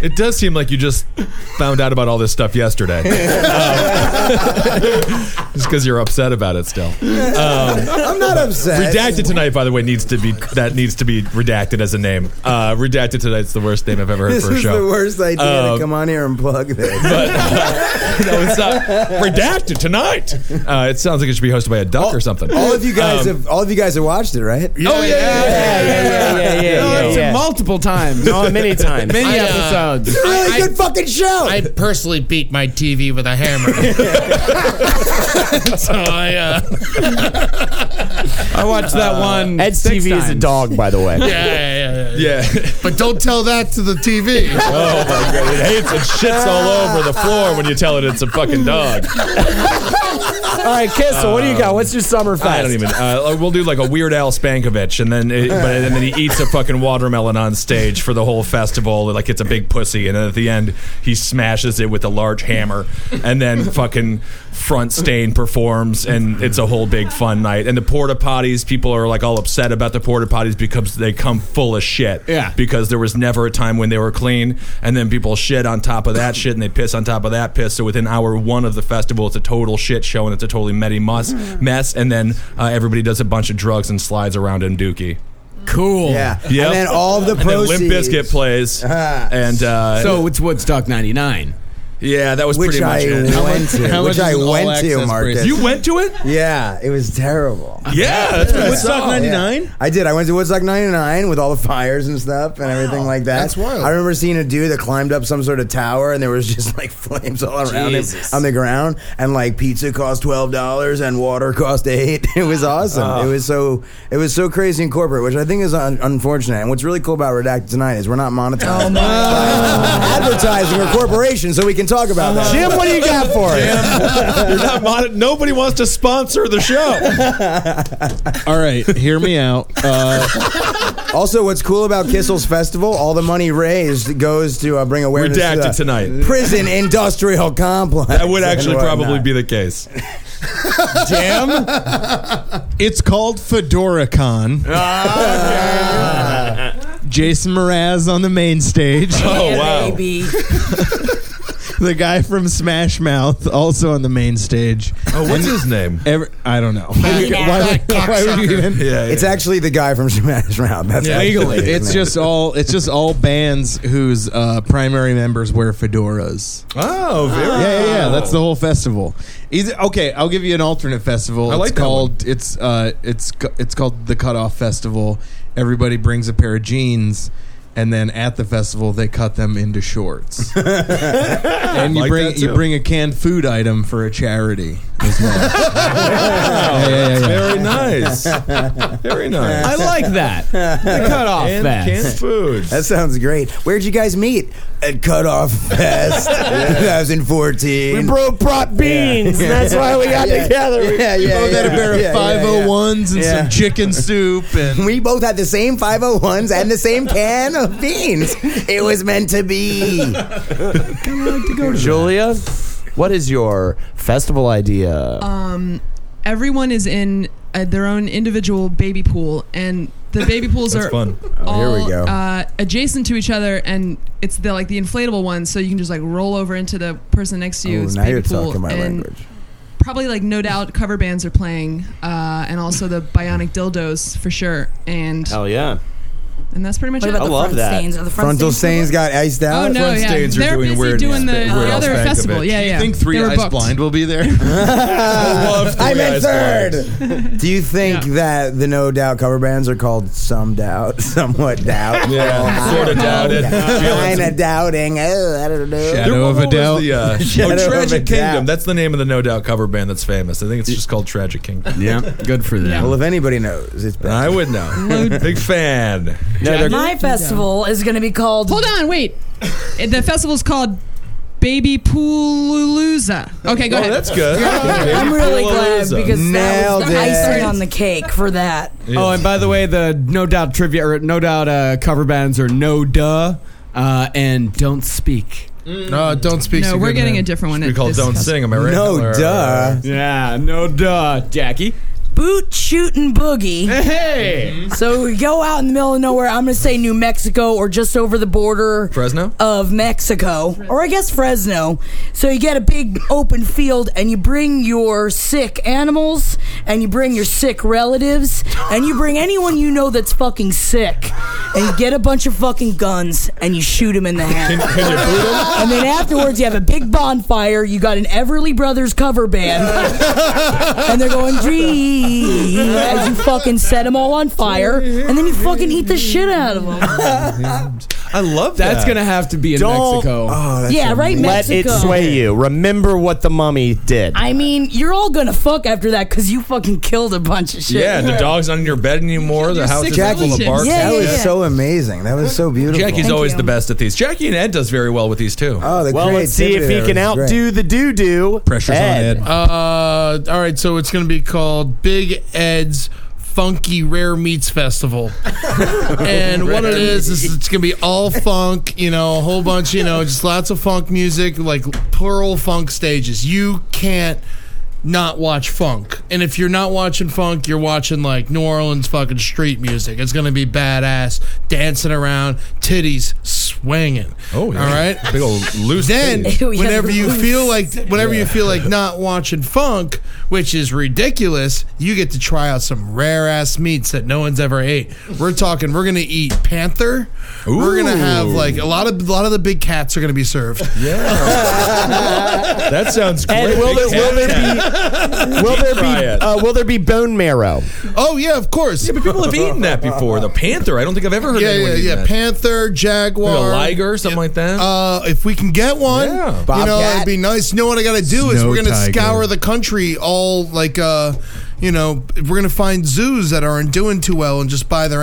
I: It does seem like you just found out about all this stuff yesterday. Um, just because you're upset about it still.
G: I'm not upset.
I: Redacted tonight, by the way, needs to be that needs to be redacted as a name. Uh, redacted tonight's the worst name I've ever heard
G: This
I: for a
G: is
I: show.
G: the worst idea
I: Um,
G: to come on here and plug this.
I: no, it's not redacted tonight. Uh, it sounds like it should be hosted by a duck or something.
G: all of you guys
I: Um,
G: have all of you guys have watched it, right?
I: Oh yeah, yeah, yeah, yeah, yeah, yeah,
H: No,
I: yeah,
H: it's
I: yeah.
H: multiple times.
L: No, many times.
H: Many
L: I, uh,
H: episodes.
G: It's a really good fucking show.
O: I personally beat my TV with a hammer. so I, uh,
H: I watched that
L: Uh,
H: one.
L: Ed's TV is a dog, by the way.
O: yeah, yeah, yeah,
I: yeah.
J: But don't tell that to the TV.
I: Oh my god! It hates and shits all over the floor when you tell it it's a fucking dog.
L: All right, Kissel, what do you got? What's your summer fest?
I: I don't even. Uh, we'll do like a Weird Al Spankovich, and then it, but and then he eats a fucking watermelon on stage for the whole festival, like it's a big pussy, and then at the end he smashes it with a large hammer, and then fucking front stain performs, and it's a whole big fun night. And the porta potties, people are like all upset about the porta potties because they come full of shit.
H: Yeah.
I: Because there was never a time when they were clean, and then people shit on top of that shit, and they piss on top of that piss. So within hour one of the festival, it's a total shit show, and it's a totally messy mess.
G: Mm-hmm.
I: Mess, and then uh, everybody does a bunch of drugs and slides around in Dookie.
H: Cool.
G: Yeah.
I: Yep.
G: And then all the
I: And then
G: proceeds. Uh-huh.
I: Limp Bizkit plays, and uh,
H: So it's Woodstock '99.
I: yeah, that was
G: Which
I: pretty much
G: I
I: it.
G: went to.
A: how
G: which
A: much
G: I
A: is an
G: went
A: all-access
G: to, Marcus.
A: bracelet?
I: You went to it?
G: Yeah, it was terrible.
I: Yeah, that's what I
A: Woodstock
I: saw.
A: 99?
G: Oh, Yeah. I did. I went to Woodstock 99 with all the fires and stuff and everything like that.
J: That's wild.
G: I remember seeing a dude that climbed up some sort of tower and there was just like flames all around
L: Jesus.
G: him on the ground. And like pizza cost $12 and water cost 8 It was awesome.
L: Oh.
G: It was so it was so crazy in corporate, which I think is un- unfortunate.
J: Oh,
G: And what's really cool about Redacted tonight is we're not monetized by advertising or corporation, so we can talk about that.
J: Uh-huh.
I: Jim, what do you got for
G: us?
I: You're not mon- Nobody wants to sponsor the show.
L: All right, hear me out.
G: also, what's cool about Kissel's festival? All the money raised goes to uh, bring awareness.
I: Redacted
G: to the
I: tonight.
G: Prison industrial complex.
I: That would
G: and
I: actually
G: whatnot.
I: probably be the case.
L: It's called FedoraCon.
I: Ah,
L: Jason Mraz on the main stage.
I: Oh,
K: Baby.
L: The guy from Smash Mouth also on the main stage.
I: Oh, what's his name?
L: I don't know.
G: Why would- why would you even-
I: Yeah,
G: It's actually the guy from Smash Mouth. That's actually
L: legally.
G: his
L: It's
G: name.
L: just all it's just all bands whose uh, primary members wear fedoras.
I: Oh, very
L: yeah, yeah, yeah.
I: cool.
L: That's the whole festival. Either, okay, I'll give you an alternate festival.
I: I like
L: it's
I: that
L: called it's uh it's cu- it's called the Cutoff Festival. Everybody brings a pair of jeans. And then at the festival, they cut them into shorts. and you
I: Like
L: bring
I: that
L: you
I: too.
L: bring a canned food item for a charity as well. Yeah, yeah, yeah, yeah.
I: Very nice. Very nice.
P: I like that.
G: They
P: cut off
I: and
P: that.
I: Canned foods.
G: That sounds great. Where'd you guys meet? At Cutoff Fest 2014.
Q: We broke prop beans. That's why we got
G: Yeah.
Q: together. We-
G: Yeah, yeah,
L: we both had a
G: yeah.
L: pair of
G: Yeah, yeah,
L: 501s and
G: yeah.
L: some chicken soup and
G: We both had the same 501s and the same can of beans. It was meant to be.
Q: Julia, what is your festival idea?
H: um, everyone is in uh, their own individual baby pool, and the baby pools
I: That's
H: are
I: fun.
H: all
I: Oh, here we go.
H: Uh, adjacent to each other, and it's the like the inflatable ones, so you can just like roll over into the person next to you.
G: Ooh,
H: It's
G: Oh, now
H: baby
G: you're
H: pool,
G: talking my
H: and
G: language.
H: Probably like no doubt cover bands are playing, uh, and also the bionic dildos for sure, and
Q: Hell yeah.
H: and that's pretty much
K: What
H: it.
K: about the front stains? Are the front
G: Frontal
K: stains?
G: stains got iced out.
H: Oh, no, Front yeah. stains are They're doing busy weird- doing the- weird the other aspect of festival. it. Yeah, yeah.
L: You think Three
H: They were
L: Eyes
H: booked.
L: Blind will be there?
G: I'm in
I: Eyes
G: third. Do you think that the No Doubt cover bands are called Some Doubt, Somewhat Doubt? Oh,
I: Yeah, sorta doubted.
G: Kind of doubting. Oh, I don't know.
I: There- what
L: of a
I: was
L: doubt.
I: the, uh,
G: Shadow
I: oh,
G: of a
I: Tragic Kingdom.
G: doubt.
I: That's the name of the No Doubt cover band that's famous. I think it's just called Tragic Kingdom.
P: Yeah, good for them.
G: Well, if anybody knows, it's been.
I: I would know.
G: No-
I: Big fan.
K: My festival is going to be called.
H: Hold on, wait. the festival's called Baby Poolulooza. Okay, go
I: Oh,
H: ahead.
I: that's good.
K: I'm really glad
I: Lollapalooza.
K: because
G: Nailed
K: that was the
G: it.
K: icing on the cake for that.
P: Oh, and by the way, the no doubt trivia or no doubt uh, cover bands are no duh uh, and don't speak.
I: Uh,
R: No, don't speak.
H: No, we're getting a different one.
I: We
H: at
I: call it
H: this
I: Don't
H: festival.
I: Sing, am I right?
G: No
I: Or- uh,
G: duh.
P: Yeah, no duh, Jackie.
K: Boot shooting boogie.
P: Hey,
H: Mm-hmm.
K: so we go out in the middle of nowhere. I'm going to say New Mexico or just over the border.
I: Fresno?
K: of Mexico, or I guess Fresno. So you get a big open field and you bring your sick animals and you bring your sick relatives and you bring anyone you know that's fucking sick and you get a bunch of fucking guns and you shoot them in the head. and then afterwards you have a big bonfire. You got an Everly Brothers cover band and they're going dream as you fucking set them all on fire and then you fucking eat the shit out of them.
I: I love that.
P: that's gonna have to be in
Q: Don't-
P: Mexico.
G: Oh, that's
K: Yeah, right,
Q: Let
K: Mexico.
Q: it sway you. Remember what the mummy did.
K: I mean, you're all gonna fuck after that because you fucking killed a bunch of shit.
I: Yeah, the dog's not in your bed anymore. The
H: Your
I: house is
H: six
I: full of
H: relatives.
I: bark.
K: Yeah,
G: That
K: yeah,
G: was
K: yeah.
G: so amazing. That was so beautiful.
I: Jackie's
K: Thank
I: always
K: you.
I: the best at these. Jackie and Ed does very well with these too.
G: oh, the
Q: well, let's see if he
G: creativity
Q: can
G: there was
Q: outdo the doo doo.
L: Pressure's on Ed.
J: Uh, all right, so it's going to be called Big Ed's Funky Rare Meats Festival. and what it is, is it's going to be all funk, you know, a whole bunch, you know, just lots of funk music, like plural funk stages. You can't not watch funk. And if you're not watching funk, you're watching like New Orleans fucking street music. It's going to be badass, dancing around, titties swinging.
I: Oh, yeah.
J: All right?
I: Big old loose.
J: then
I: titties.
K: Ew, yeah,
J: whenever you
K: gross.
J: feel like whenever you feel like not watching funk which is ridiculous you get to try out some rare ass meats that no one's ever ate we're talking we're gonna eat panther we're gonna have
I: Ooh.
J: like a lot of a lot of the big cats are gonna be served
I: that sounds great.
Q: And will
I: Big
Q: there, will there be will there
I: Try
Q: be
I: it.
Q: uh, will there be bone marrow?
J: oh yeah of course
I: Yeah, but people have eaten that before. The panther. I don't think I've ever heard
J: yeah
I: anyone
J: yeah
I: eat
J: yeah
I: that.
J: panther jaguar
I: Like a liger or something like that?
J: uh, if we can get one,
I: Yeah.
J: you know,
G: Bobcat.
J: it'd be nice. You know what I got to do is
L: Snow
J: we're gonna
L: tiger.
J: scour the country all like uh, you know, we're gonna find zoos that aren't doing too well and just buy their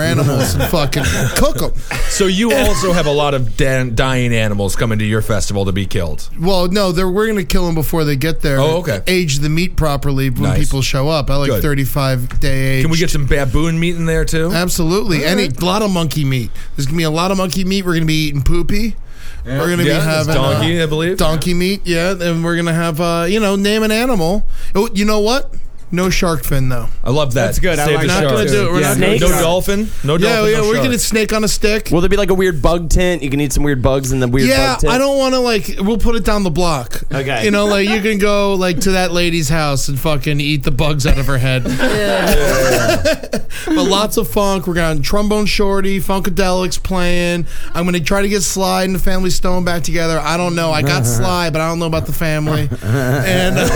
J: animals and fucking cook them.
I: So you also have a lot of dan- dying animals coming to your festival to be killed.
J: Well, no, they're we're gonna kill them before they get there.
I: Oh, okay.
J: Age the meat properly when
I: Nice.
J: people show up. I like
I: Good.
J: thirty-five day age.
I: Can we get some baboon meat in there too?
J: Uh, Absolutely.
I: All
J: Any
I: right.
J: lot of monkey meat. There's gonna be a lot of monkey meat. We're gonna be eating poopy. We're
I: Yeah,
J: gonna be
I: it's
J: having
I: donkey,
J: uh,
I: I believe.
J: Donkey meat, yeah. And we're gonna have uh, you know, name an animal. Oh, you know what? No shark fin though.
I: I love that.
J: That's good. I
I: Save
J: like
I: the
J: that
I: shark.
J: too. We're not
I: Yeah.
J: gonna do
I: No
J: shark.
I: dolphin. No
J: Yeah,
I: dolphin.
J: yeah,
I: no
J: we're
I: shark.
J: gonna snake on a stick.
L: Will there be like a weird bug tent? You can eat some weird bugs in the weird
J: yeah,
L: bug tent.
J: I don't want to like. We'll put it down the block.
L: Okay.
J: You know, like you can go like to that lady's house and fucking eat the bugs out of her head. but lots of funk. We're going trombone shorty, funkadelics playing. I'm gonna try to get Sly and the Family Stone back together. I don't know. I got Sly, but I don't know about the family. And uh,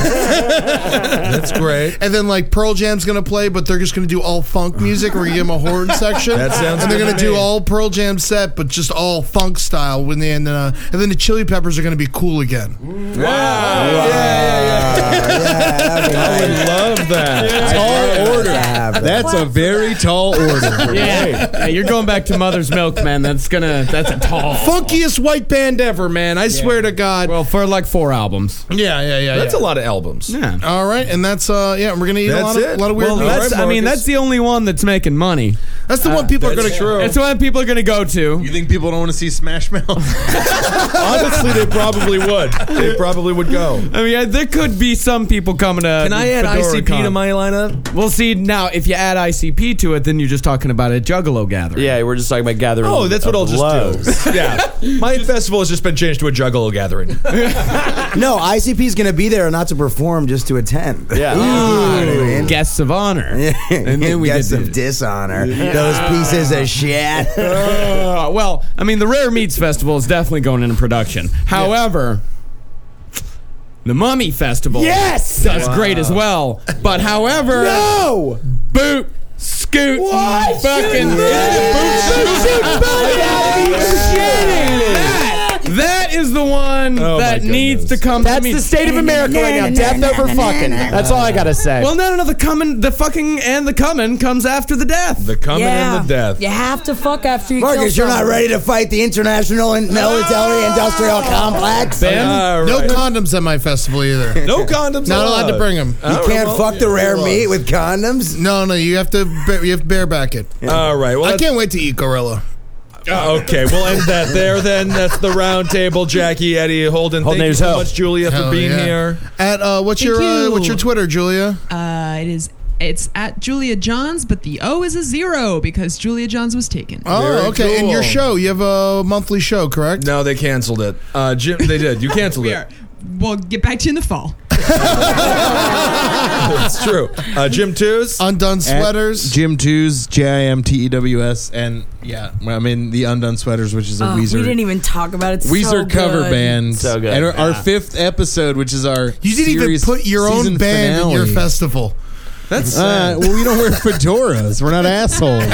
I: that's great.
J: And then like Pearl Jam's gonna play, but they're just gonna do all funk music. We're gonna give them a horn section.
I: That sounds
J: And they're
I: good
J: gonna
I: to
J: do
I: me.
J: all Pearl Jam set, but just all funk style. When they and then uh, and then the Chili Peppers are gonna be cool again.
I: Wow. Yeah, yeah, yeah. I love that.
A: Tall order.
G: but-
A: That's a very tall order.
H: Yeah. yeah, you're going back to mother's milk, man. That's gonna that's a tall.
J: Funkiest white band ever, man. I swear to God.
H: Well, for like four albums.
J: Yeah, yeah, yeah.
I: That's
J: yeah.
I: a lot of albums.
H: Yeah.
J: All right, and that's uh yeah, we're gonna eat a lot of a lot of weird.
H: well,
J: meat.
H: that's, I mean, that's the only one that's making money.
J: That's
I: uh,
J: the one people are
H: that's
J: gonna- true.
H: That's the one people are going to go to.
A: You think people don't want to see Smash Mouth?
I: Honestly, they probably would. They probably would go.
H: I mean, I- there could be some people coming to.
I: Can I add
H: Fedora
I: ICP
H: Con.
I: to my lineup?
H: Well, see, now if you add ICP to it, then you're just talking about a Juggalo gathering.
L: Yeah, we're just talking about gathering.
I: Oh, that's what I'll just do. Yeah, my festival has just been changed to a Juggalo gathering.
G: No, ICP is going to be there not to perform, just to attend.
L: Yeah.
H: Ooh, Uh, guests of honor.
G: and then we get
H: did-
G: some dishonor. Those pieces of shit.
H: Uh, well, I mean, the Rare Meats Festival is definitely going into production. However, the Mummy Festival
L: Yes!
H: does great as well. But however,
L: No!
H: boot scoot
L: What?
H: fucking
L: Shoot,
H: boot
L: shoot, shoot, buddy, out of
H: You're
L: here.
H: kidding. That- That is the one
I: Oh, my
H: that needs to
I: goodness.
H: come.
L: That's
H: to me.
L: the state of America right now. Death over fucking. That's all I gotta say.
H: Well, no, no, no. The coming, the fucking, and the coming comes after the death.
I: The coming and the death.
K: You have to fuck after you kill
G: Marcus, you're not
K: someone.
G: ready to fight the international and military industrial complex.
H: Ben?
I: All
J: no
I: right.
J: condoms at my festival either.
I: no condoms.
J: Not allowed to bring them.
I: Oh,
G: You can't fuck the rare meat with condoms.
J: No, no, you have to ba- you have to bareback it.
I: All right. Well,
J: I
I: that's-
J: can't wait to eat gorilla.
I: Uh, okay, we'll end that there then. That's the round table. Jackie, Eddie, Holden. thank
L: Holden,
I: you
L: there's
I: so
L: hope.
I: much, Julia, for
J: Hell
I: being
J: yeah.
I: here.
J: At uh, what's
C: Thank
J: your uh,
C: you.
J: what's your Twitter, Julia?
C: Uh, it is. It's at Julia Johns, but the O is a zero because Julia Johns was taken.
J: Oh,
I: Very
J: okay. And your
I: cool.
J: show, you have a monthly show, correct?
I: No, they canceled it. Uh, Jim, they did. You canceled
C: we
I: it.
C: are. We'll get back to you in the fall.
I: it's true. Uh, Jim Twos.
J: Undone
A: At
J: sweaters.
A: Jim Tews, J I M T E W S, and yeah, I mean the Undone Sweaters, which is a
K: Oh, we
A: Weezer
K: didn't even talk about it. It's
A: Weezer
K: so
A: cover
K: good.
A: band.
L: So good.
A: And our, our
L: Yeah.
A: fifth episode, which is our
J: you didn't even
A: series
J: put your
A: season
J: own band in your
A: finale.
J: festival.
I: That's
A: Uh,
I: sad.
A: well, we don't wear fedoras. We're not assholes.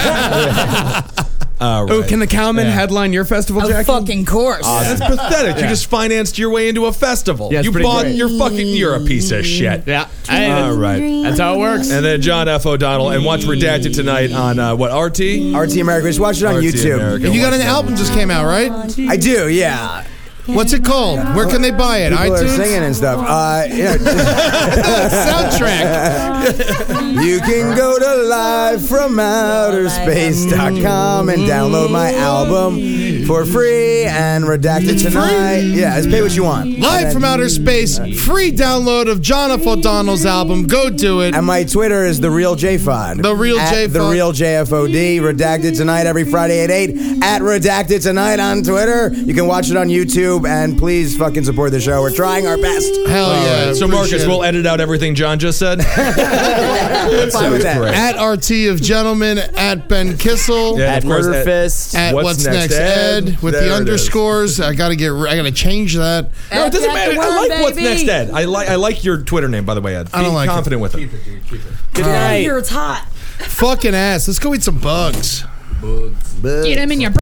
I: All right.
H: Oh, can the cowman
A: Yeah.
H: headline your festival,
K: Of
H: Jackie?
K: fucking course.
I: That's pathetic. You just financed your way into a festival.
H: Yeah, it's
I: you
H: pretty
I: bought
H: great.
I: your fucking. You're a piece of shit.
H: yeah. Hey, that's-
I: All right.
H: That's how it works.
I: And then John F. O'Donnell and watch Redacted tonight on uh, what RT?
G: RT America, just watch it on
I: RT
G: YouTube.
I: America.
J: And you got an album just came out, right?
G: I do, yeah.
J: What's it called? Where can they buy it?
G: People are
J: iTunes.
G: singing and stuff. Uh, yeah.
J: Soundtrack.
G: you can go to livefromouterspace.com and download my album for free and redacted
J: It's free?
G: tonight. Yeah, it's pay what you want.
J: Live
G: And-
J: from Outer Space, free download of John F. O'Donnell's album. Go do it.
G: And my Twitter is the real JFod.
J: The Real
G: At
J: JFod.
G: The real JFOD. Redacted tonight every Friday at eight. At redacted tonight on Twitter. You can watch it on YouTube and please fucking support the show. We're trying our best.
J: Hell
I: All
J: Oh, yeah.
I: right. Oh, So Marcus,
J: Appreciate it.
I: we'll edit out everything John just said. that
G: Fine with that.
J: at RT of Gentlemen, at Ben Kissel.
I: Yeah,
L: At
I: of course,
L: Murder
I: at-
L: Fist.
J: At what's, next, Ed, with
I: There it
J: the
I: is.
J: underscores, I gotta get, I gotta change that.
I: No, it doesn't
K: That's
I: matter.
K: the
I: I
K: word,
I: like what's
K: baby.
I: next, Ed. I like I like your Twitter name, by the way, Ed.
J: I don't
I: Be
J: like it.
I: confident with it.
K: Get out of here. It's hot.
J: Fucking ass. Let's go eat some bugs.
C: Get him in your.